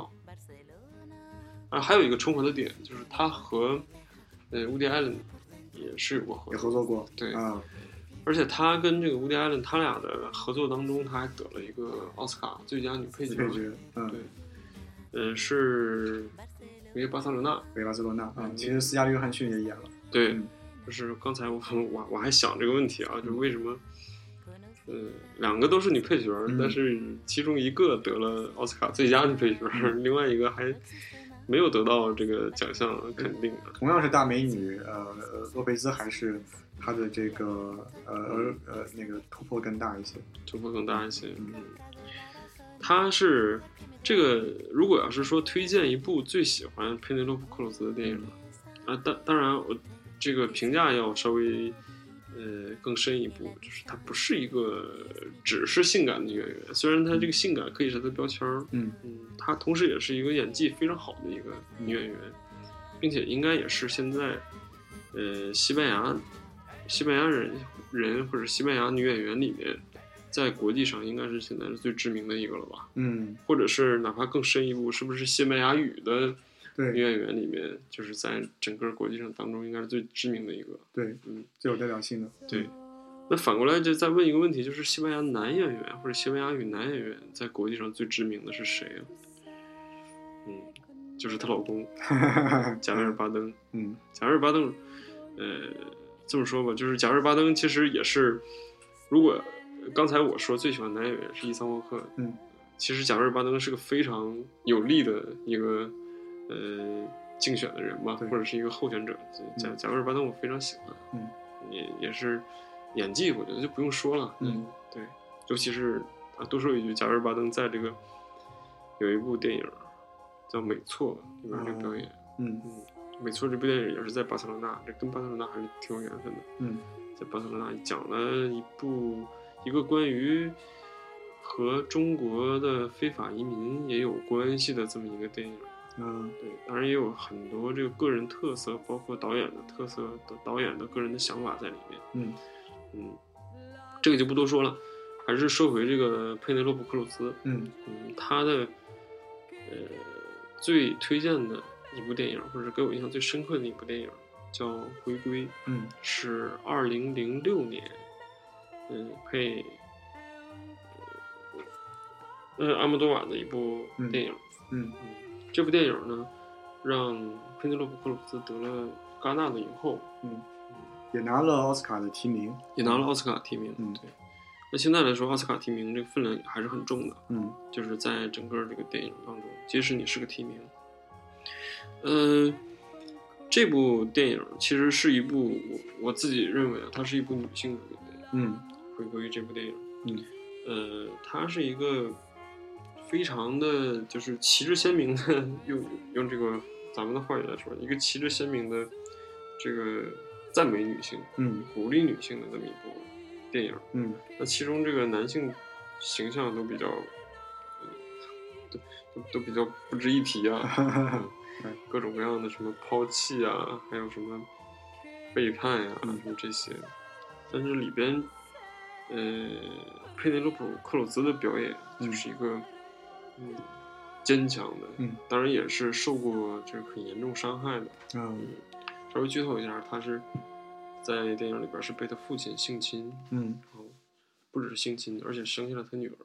S2: 啊，还有一个重合的点就是他和，呃，乌迪艾伦也是有过合
S1: 也
S2: 作
S1: 合，作过，
S2: 对
S1: 啊，
S2: 而且他跟这个乌迪艾伦他俩的合作当中，他还得了一个奥斯卡最佳女配角。
S1: 配角，嗯
S2: 对。，呃，是维也巴塞罗那。
S1: 北巴塞罗那啊，嗯其实斯嘉丽·约翰逊也演了，
S2: 对
S1: 嗯，
S2: 就是
S1: [laughs]
S2: 刚才我我我还想这个问题啊，就是为什么，呃，两个都是女配角儿，
S1: 嗯
S2: 但是其中一个得了奥斯卡最佳女配角儿，
S1: 嗯
S2: 另外一个还没有得到这个奖项肯定啊。
S1: 同样是大美女，呃，呃洛佩兹还是她的这个呃呃呃那个突破更大一些，
S2: 突破更大一些。嗯，他是这个，如果要是说推荐一部最喜欢佩内洛普·克鲁兹的电影，啊，当当然我这个评价要稍微呃更深一步，就是他不是一个只是性感的演员，虽然他这个性感可以是他的标签儿，
S1: 嗯
S2: 嗯，他同时也是一个演技非常好的一个女演员，并且应该也是现在呃西班牙西班牙人人或者西班牙女演员里面，在国际上应该是现在是最知名的一个了吧？
S1: 嗯，
S2: 或者是哪怕更深一步，是不是西班牙语的女
S1: 对
S2: 演员里面，就是在整个国际上当中应该是最知名的一个？
S1: 对
S2: 嗯，
S1: 最有代表性的，
S2: 对。那反过来就再问一个问题，就是西班牙男演员或者西班牙语男演员在国际上最知名的是谁啊？嗯，就是她老公贾维尔巴登。
S1: [laughs] 嗯
S2: 贾瑞巴登，呃，这么说吧，就是贾瑞巴登其实也是，如果刚才我说最喜欢男演员是伊桑沃克，
S1: 嗯，
S2: 其实贾瑞巴登是个非常有力的一个呃竞选的人吧，
S1: 对
S2: 或者是一个候选者。贾贾瑞巴登我非常喜欢，
S1: 嗯，
S2: 也也是演技，我觉得就不用说了，
S1: 嗯，
S2: 对，尤其是啊，多说一句，贾瑞巴登在这个有一部电影叫《美错》里面这个表演。
S1: 嗯
S2: 嗯，没错，这部电影也是在巴塞罗那，这跟巴塞罗那还是挺有缘分的。
S1: 嗯
S2: 在巴塞罗那讲了一部一个关于和中国的非法移民也有关系的这么一个电影，
S1: 嗯
S2: 对，当然也有很多这个个人特色，包括导演的特色、导导演的个人的想法在里面。
S1: 嗯
S2: 嗯，这个就不多说了，还是说回这个佩内洛普·克鲁兹。
S1: 嗯
S2: 嗯，他的呃最推荐的一部电影，或者是给我印象最深刻的一部电影，叫《回归》，
S1: 嗯
S2: 是二零零六年，嗯、配呃阿莫多瓦的一部电影。
S1: 嗯
S2: 这部电影呢，让佩内洛普·克鲁兹得了戛纳的影后，
S1: 嗯，也拿了奥斯卡的提名。
S2: 也拿了奥斯卡提名。
S1: 嗯
S2: 对。那现在来说，奥斯卡提名这个分量还是很重的。
S1: 嗯
S2: 就是在整个这个电影当中，即使你是个提名，嗯、这部电影其实是一部我我自己认为啊，它是一部女性的电影。
S1: 嗯
S2: 回归于这部电影，
S1: 嗯，
S2: 呃，它是一个非常的就是旗帜鲜明的，用用这个咱们的话语来说，一个旗帜鲜明的这个赞美女性、
S1: 嗯
S2: 鼓励女性的这么一部电影。
S1: 嗯，
S2: 那其中这个男性形象都比较，呃都都都比较不值一提啊
S1: 嗯
S2: 各种各样的什么抛弃啊，还有什么背叛呀、
S1: 嗯
S2: 什么这些。但是里边，呃，佩内洛普·克鲁兹的表演
S1: 嗯
S2: 就是一个，嗯，坚强的，
S1: 嗯
S2: 当然也是受过这个很严重伤害的。
S1: 嗯
S2: 稍微剧透一下，他是在电影里边是被他父亲性侵，
S1: 嗯
S2: 然后不只是性侵，而且生下了他女儿，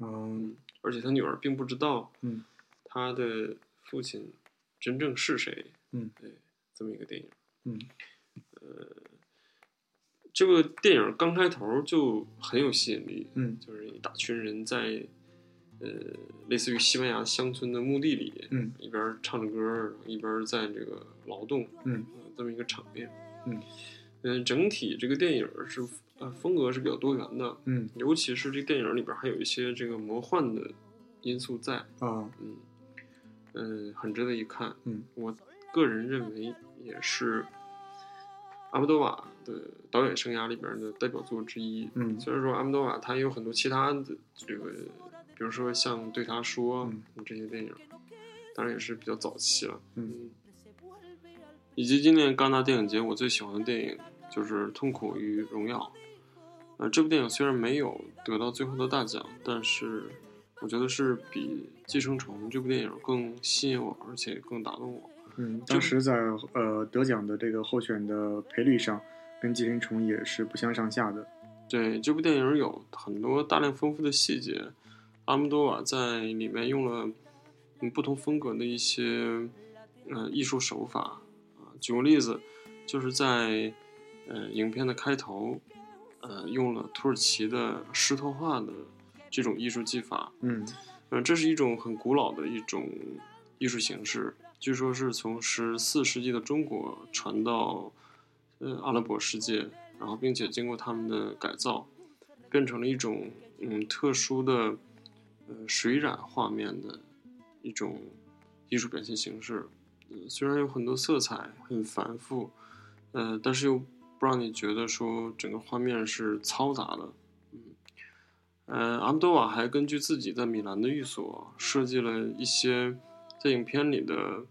S1: 嗯
S2: 而且他女儿并不知道
S1: 嗯
S2: 他的父亲真正是谁。
S1: 嗯，
S2: 对，这么一个电影。
S1: 嗯
S2: 这个电影刚开头就很有吸引力，
S1: 嗯
S2: 就是一大群人在呃类似于西班牙乡村的墓地里，
S1: 嗯
S2: 一边唱着歌，一边在这个劳动，
S1: 嗯
S2: 呃这么一个场面。
S1: 嗯
S2: 嗯，整体这个电影是呃风格是比较多元的，
S1: 嗯
S2: 尤其是这电影里边还有一些这个魔幻的因素在，
S1: 啊
S2: 嗯，嗯，很值得一看。
S1: 嗯，
S2: 我个人认为也是阿莫多瓦的导演生涯里边的代表作之一。
S1: 嗯
S2: 虽然说阿莫多瓦他也有很多其他的这个，比如说像对他说、
S1: 嗯
S2: 这些电影，当然也是比较早期了。
S1: 嗯
S2: 以及今年戛纳电影节我最喜欢的电影就是《痛苦与荣耀》。呃，这部电影虽然没有得到最后的大奖，但是我觉得是比《寄生虫》这部电影更吸引我，而且更打动我。
S1: 嗯，当时在呃得奖的这个候选的赔率上，跟寄生虫也是不相上下的。
S2: 对，这部电影有很多大量丰富的细节，阿姆多瓦在里面用了嗯不同风格的一些呃艺术手法啊。举个例子，就是在呃影片的开头，呃用了土耳其的石头画的这种艺术技法，
S1: 嗯
S2: 嗯、这是一种很古老的一种艺术形式，据说是从十四世纪的中国传到呃阿拉伯世界，然后并且经过他们的改造，变成了一种嗯特殊的呃水染画面的一种艺术表现形式。呃虽然有很多色彩很繁复，呃，但是又不让你觉得说整个画面是嘈杂的。呃，阿姆多瓦还根据自己在米兰的寓所设计了一些在影片里的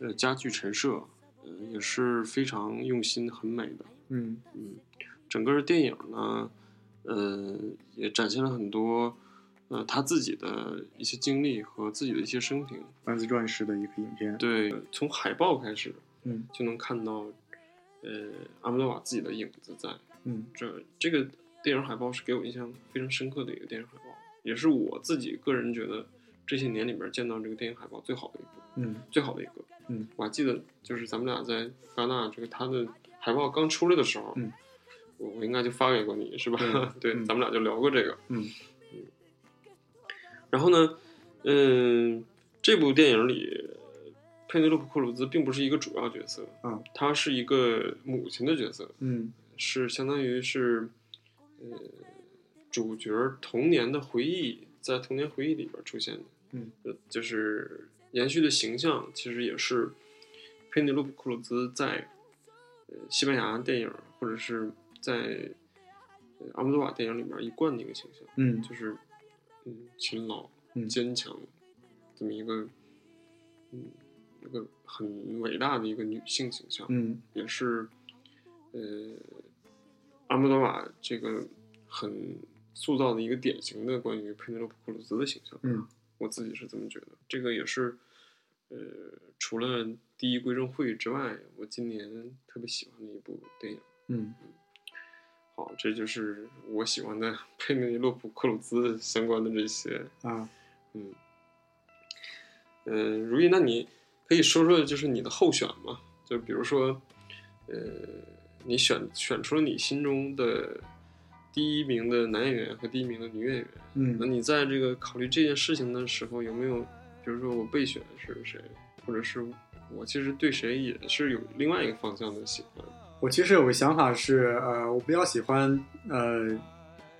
S2: 呃家具陈设，呃，也是非常用心、很美的。
S1: 嗯
S2: 嗯，整个电影呢，呃，也展现了很多呃他自己的一些经历和自己的一些生平。
S1: 半自传式的一个影片。
S2: 对，从海报开始
S1: 嗯
S2: 就能看到呃阿姆多瓦自己的影子在。
S1: 嗯
S2: 这这个电影海报是给我印象非常深刻的一个电影海报，也是我自己个人觉得这些年里边见到这个电影海报最好的一部，
S1: 嗯
S2: 最好的一个。
S1: 嗯，
S2: 我还记得就是咱们俩在戛纳这个它的海报刚出来的时候，
S1: 嗯
S2: 我我应该就发给过你是吧？ [laughs] 对，
S1: 嗯
S2: 咱们俩就聊过这个。
S1: 嗯
S2: 然后呢，嗯，这部电影里，佩内洛普·克鲁兹并不是一个主要角色，
S1: 嗯，
S2: 她是一个母亲的角色，
S1: 嗯
S2: 是相当于是，呃，主角儿童年的回忆，在童年回忆里边儿出现的，
S1: 嗯
S2: 呃，就是延续的形象，其实也是佩内洛普·库鲁兹在呃西班牙电影儿或者是在、呃阿姆多瓦电影里面一贯的一个形象，
S1: 嗯
S2: 就是嗯勤劳、
S1: 嗯
S2: 坚强这么一个嗯一个很伟大的一个女性形象，
S1: 嗯
S2: 也是呃阿莫多瓦这个很塑造的一个典型的关于佩内洛普·库鲁兹的形象。
S1: 嗯，
S2: 我自己是这么觉得。这个也是呃，除了《第一归正会》之外，我今年特别喜欢的一部电影。
S1: 嗯，
S2: 好，这就是我喜欢的 [laughs] 佩内洛普·库鲁兹相关的这些。
S1: 啊，
S2: 嗯，呃，如意，那你可以说说就是你的候选吗？就比如说，呃，你选选出了你心中的第一名的男演员和第一名的女演员，那
S1: 嗯
S2: 你在这个考虑这件事情的时候，有没有比如说我备选是谁，或者是我其实对谁也是有另外一个方向的喜欢？
S1: 我其实有个想法是，呃，我比较喜欢，呃，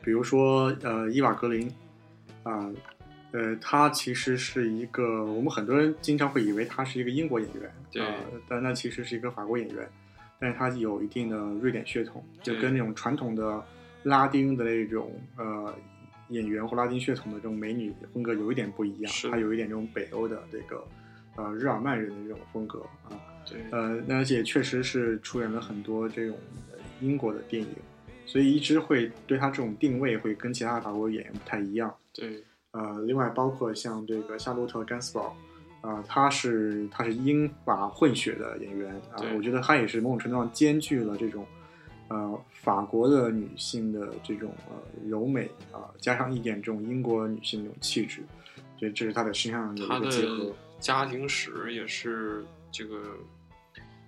S1: 比如说，呃，伊瓦格林，啊、呃，他其实是一个，我们很多人经常会以为他是一个英国演员，
S2: 对
S1: 啊但那其实是一个法国演员，但是他有一定的瑞典血统，就
S2: 对
S1: 跟那种传统的拉丁的那种呃演员或拉丁血统的这种美女风格有一点不一样
S2: 是，
S1: 他有一点这种北欧的这个呃日耳曼人的这种风格啊。
S2: 对，
S1: 呃，那而且确实是出演了很多这种呃英国的电影，所以一直会对他这种定位会跟其他法国演员不太一样。
S2: 对，
S1: 呃，另外包括像这个夏洛特·甘斯堡，啊，他是他是英法混血的演员啊、
S2: 对
S1: 我觉得他也是某种程度上兼具了这种，呃，法国的女性的这种呃柔美啊、加上一点这种英国女性的那种气质，所以这是他的身上有一
S2: 他
S1: 个结合
S2: 的。家庭史也是这个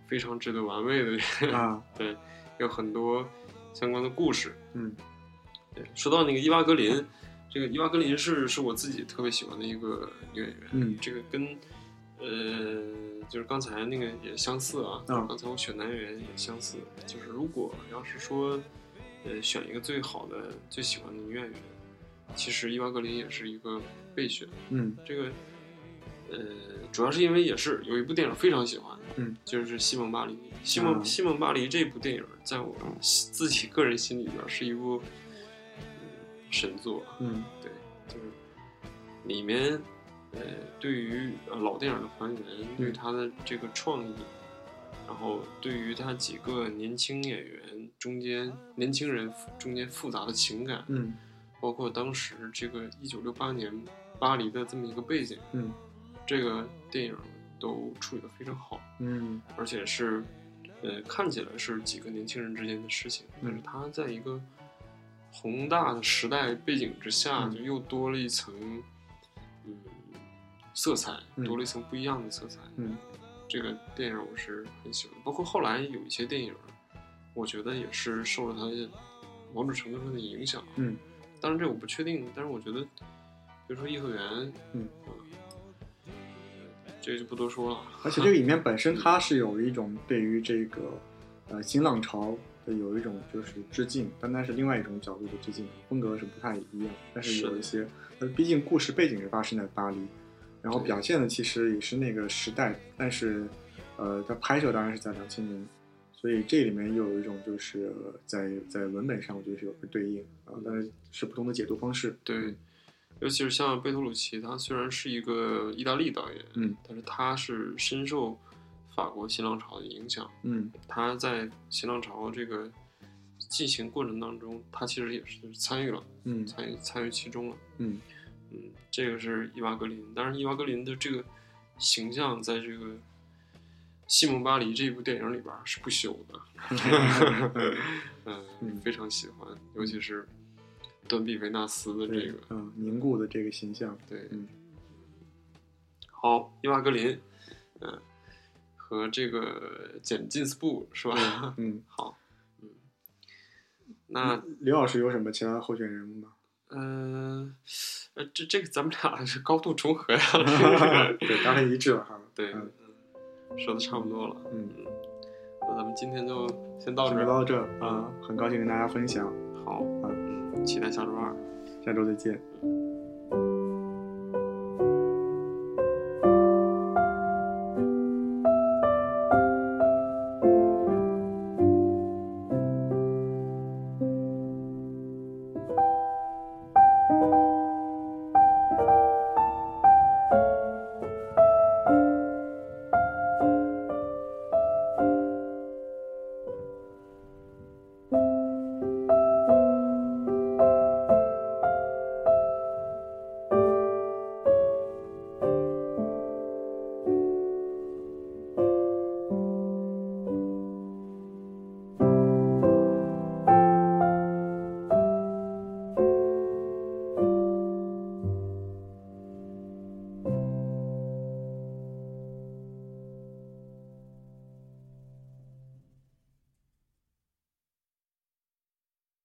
S2: 非常值得玩味的。 [laughs]
S1: 啊，
S2: 对，有很多相关的故事。
S1: 嗯
S2: 对，说到那个伊娃格林，这个伊娃格林是是我自己特别喜欢的一个女演员。
S1: 嗯
S2: 这个跟呃，就是刚才那个也相似啊。
S1: 嗯
S2: 刚才我选男演员也相似，就是如果要是说呃选一个最好的、最喜欢的女演员，其实伊娃格林也是一个备选。
S1: 嗯
S2: 这个，呃，主要是因为也是有一部电影非常喜欢，
S1: 嗯，
S2: 就是《西蒙巴黎》。西蒙、
S1: 嗯
S2: 西蒙巴黎这部电影，在我心自己个人心里边是一部、嗯神作，
S1: 嗯
S2: 对，就是里面呃，对于呃老电影的还原，
S1: 嗯
S2: 对于它的这个创意，然后对于他几个年轻演员中间年轻人中间复杂的情感，
S1: 嗯
S2: 包括当时这个一九六八年巴黎的这么一个背景，
S1: 嗯
S2: 这个电影都处理得非常好，
S1: 嗯
S2: 而且是，呃，看起来是几个年轻人之间的事情，但
S1: 嗯
S2: 是它在一个宏大的时代背景之下，
S1: 嗯
S2: 就又多了一层，嗯，色彩，
S1: 嗯
S2: 多了一层不一样的色彩。
S1: 嗯
S2: 这个电影我是很喜欢，包括后来有一些电影，我觉得也是受了它的某种程度上的影响。
S1: 嗯，
S2: 当然这我不确定，但是我觉得，比如说《颐和园》，
S1: 嗯
S2: 啊，这个就不多说了。
S1: 而且这个里面本身它是有一种对于这个呃新浪潮的有一种就是致敬，单单是另外一种角度的致敬，风格是不太一样，但是有一些，呃，毕竟故事背景是发生在巴黎，然后
S2: 对
S1: 表现的其实也是那个时代，但是呃，它拍摄当然是在两千年。所以这里面又有一种就是呃在在文本上，我觉得是有个对应啊，但是是不同的解读方式。
S2: 对，尤其是像贝托鲁奇，他虽然是一个意大利导演，
S1: 嗯
S2: 但是他是深受法国新浪潮的影响。
S1: 嗯
S2: 他在新浪潮这个进行过程当中，他其实也是参与了，
S1: 嗯
S2: 参与参与其中了。
S1: 嗯 [laughs]
S2: 嗯，这个是伊娃格林，当然伊娃格林的这个形象在这个《西蒙巴黎》这部电影里边儿是不朽的。嗯，
S1: 嗯
S2: 非常喜欢，尤其是断臂维纳斯的这
S1: 对
S2: 个，
S1: 嗯，凝固的这个形象，
S2: 对，
S1: 嗯
S2: 好，伊娃格林，嗯，和这个简金斯布是吧？
S1: 嗯。
S2: 好，嗯， [laughs] 那
S1: 刘老师有什么其他候选人物
S2: [laughs]
S1: 吗？
S2: 嗯，呃，这这个咱们俩是高度重
S1: [laughs]
S2: 合呀，这个
S1: 对，当然一致了哈。
S2: 对，
S1: 嗯，
S2: 说的差不多了，
S1: 嗯，
S2: 那咱们今天就先到
S1: 就
S2: 这儿，嗯
S1: 聊到这儿啊，很高兴跟大家分享，
S2: 好，
S1: 嗯
S2: 嗯，期待下周二。
S1: 下周再见。
S2: 拜拜。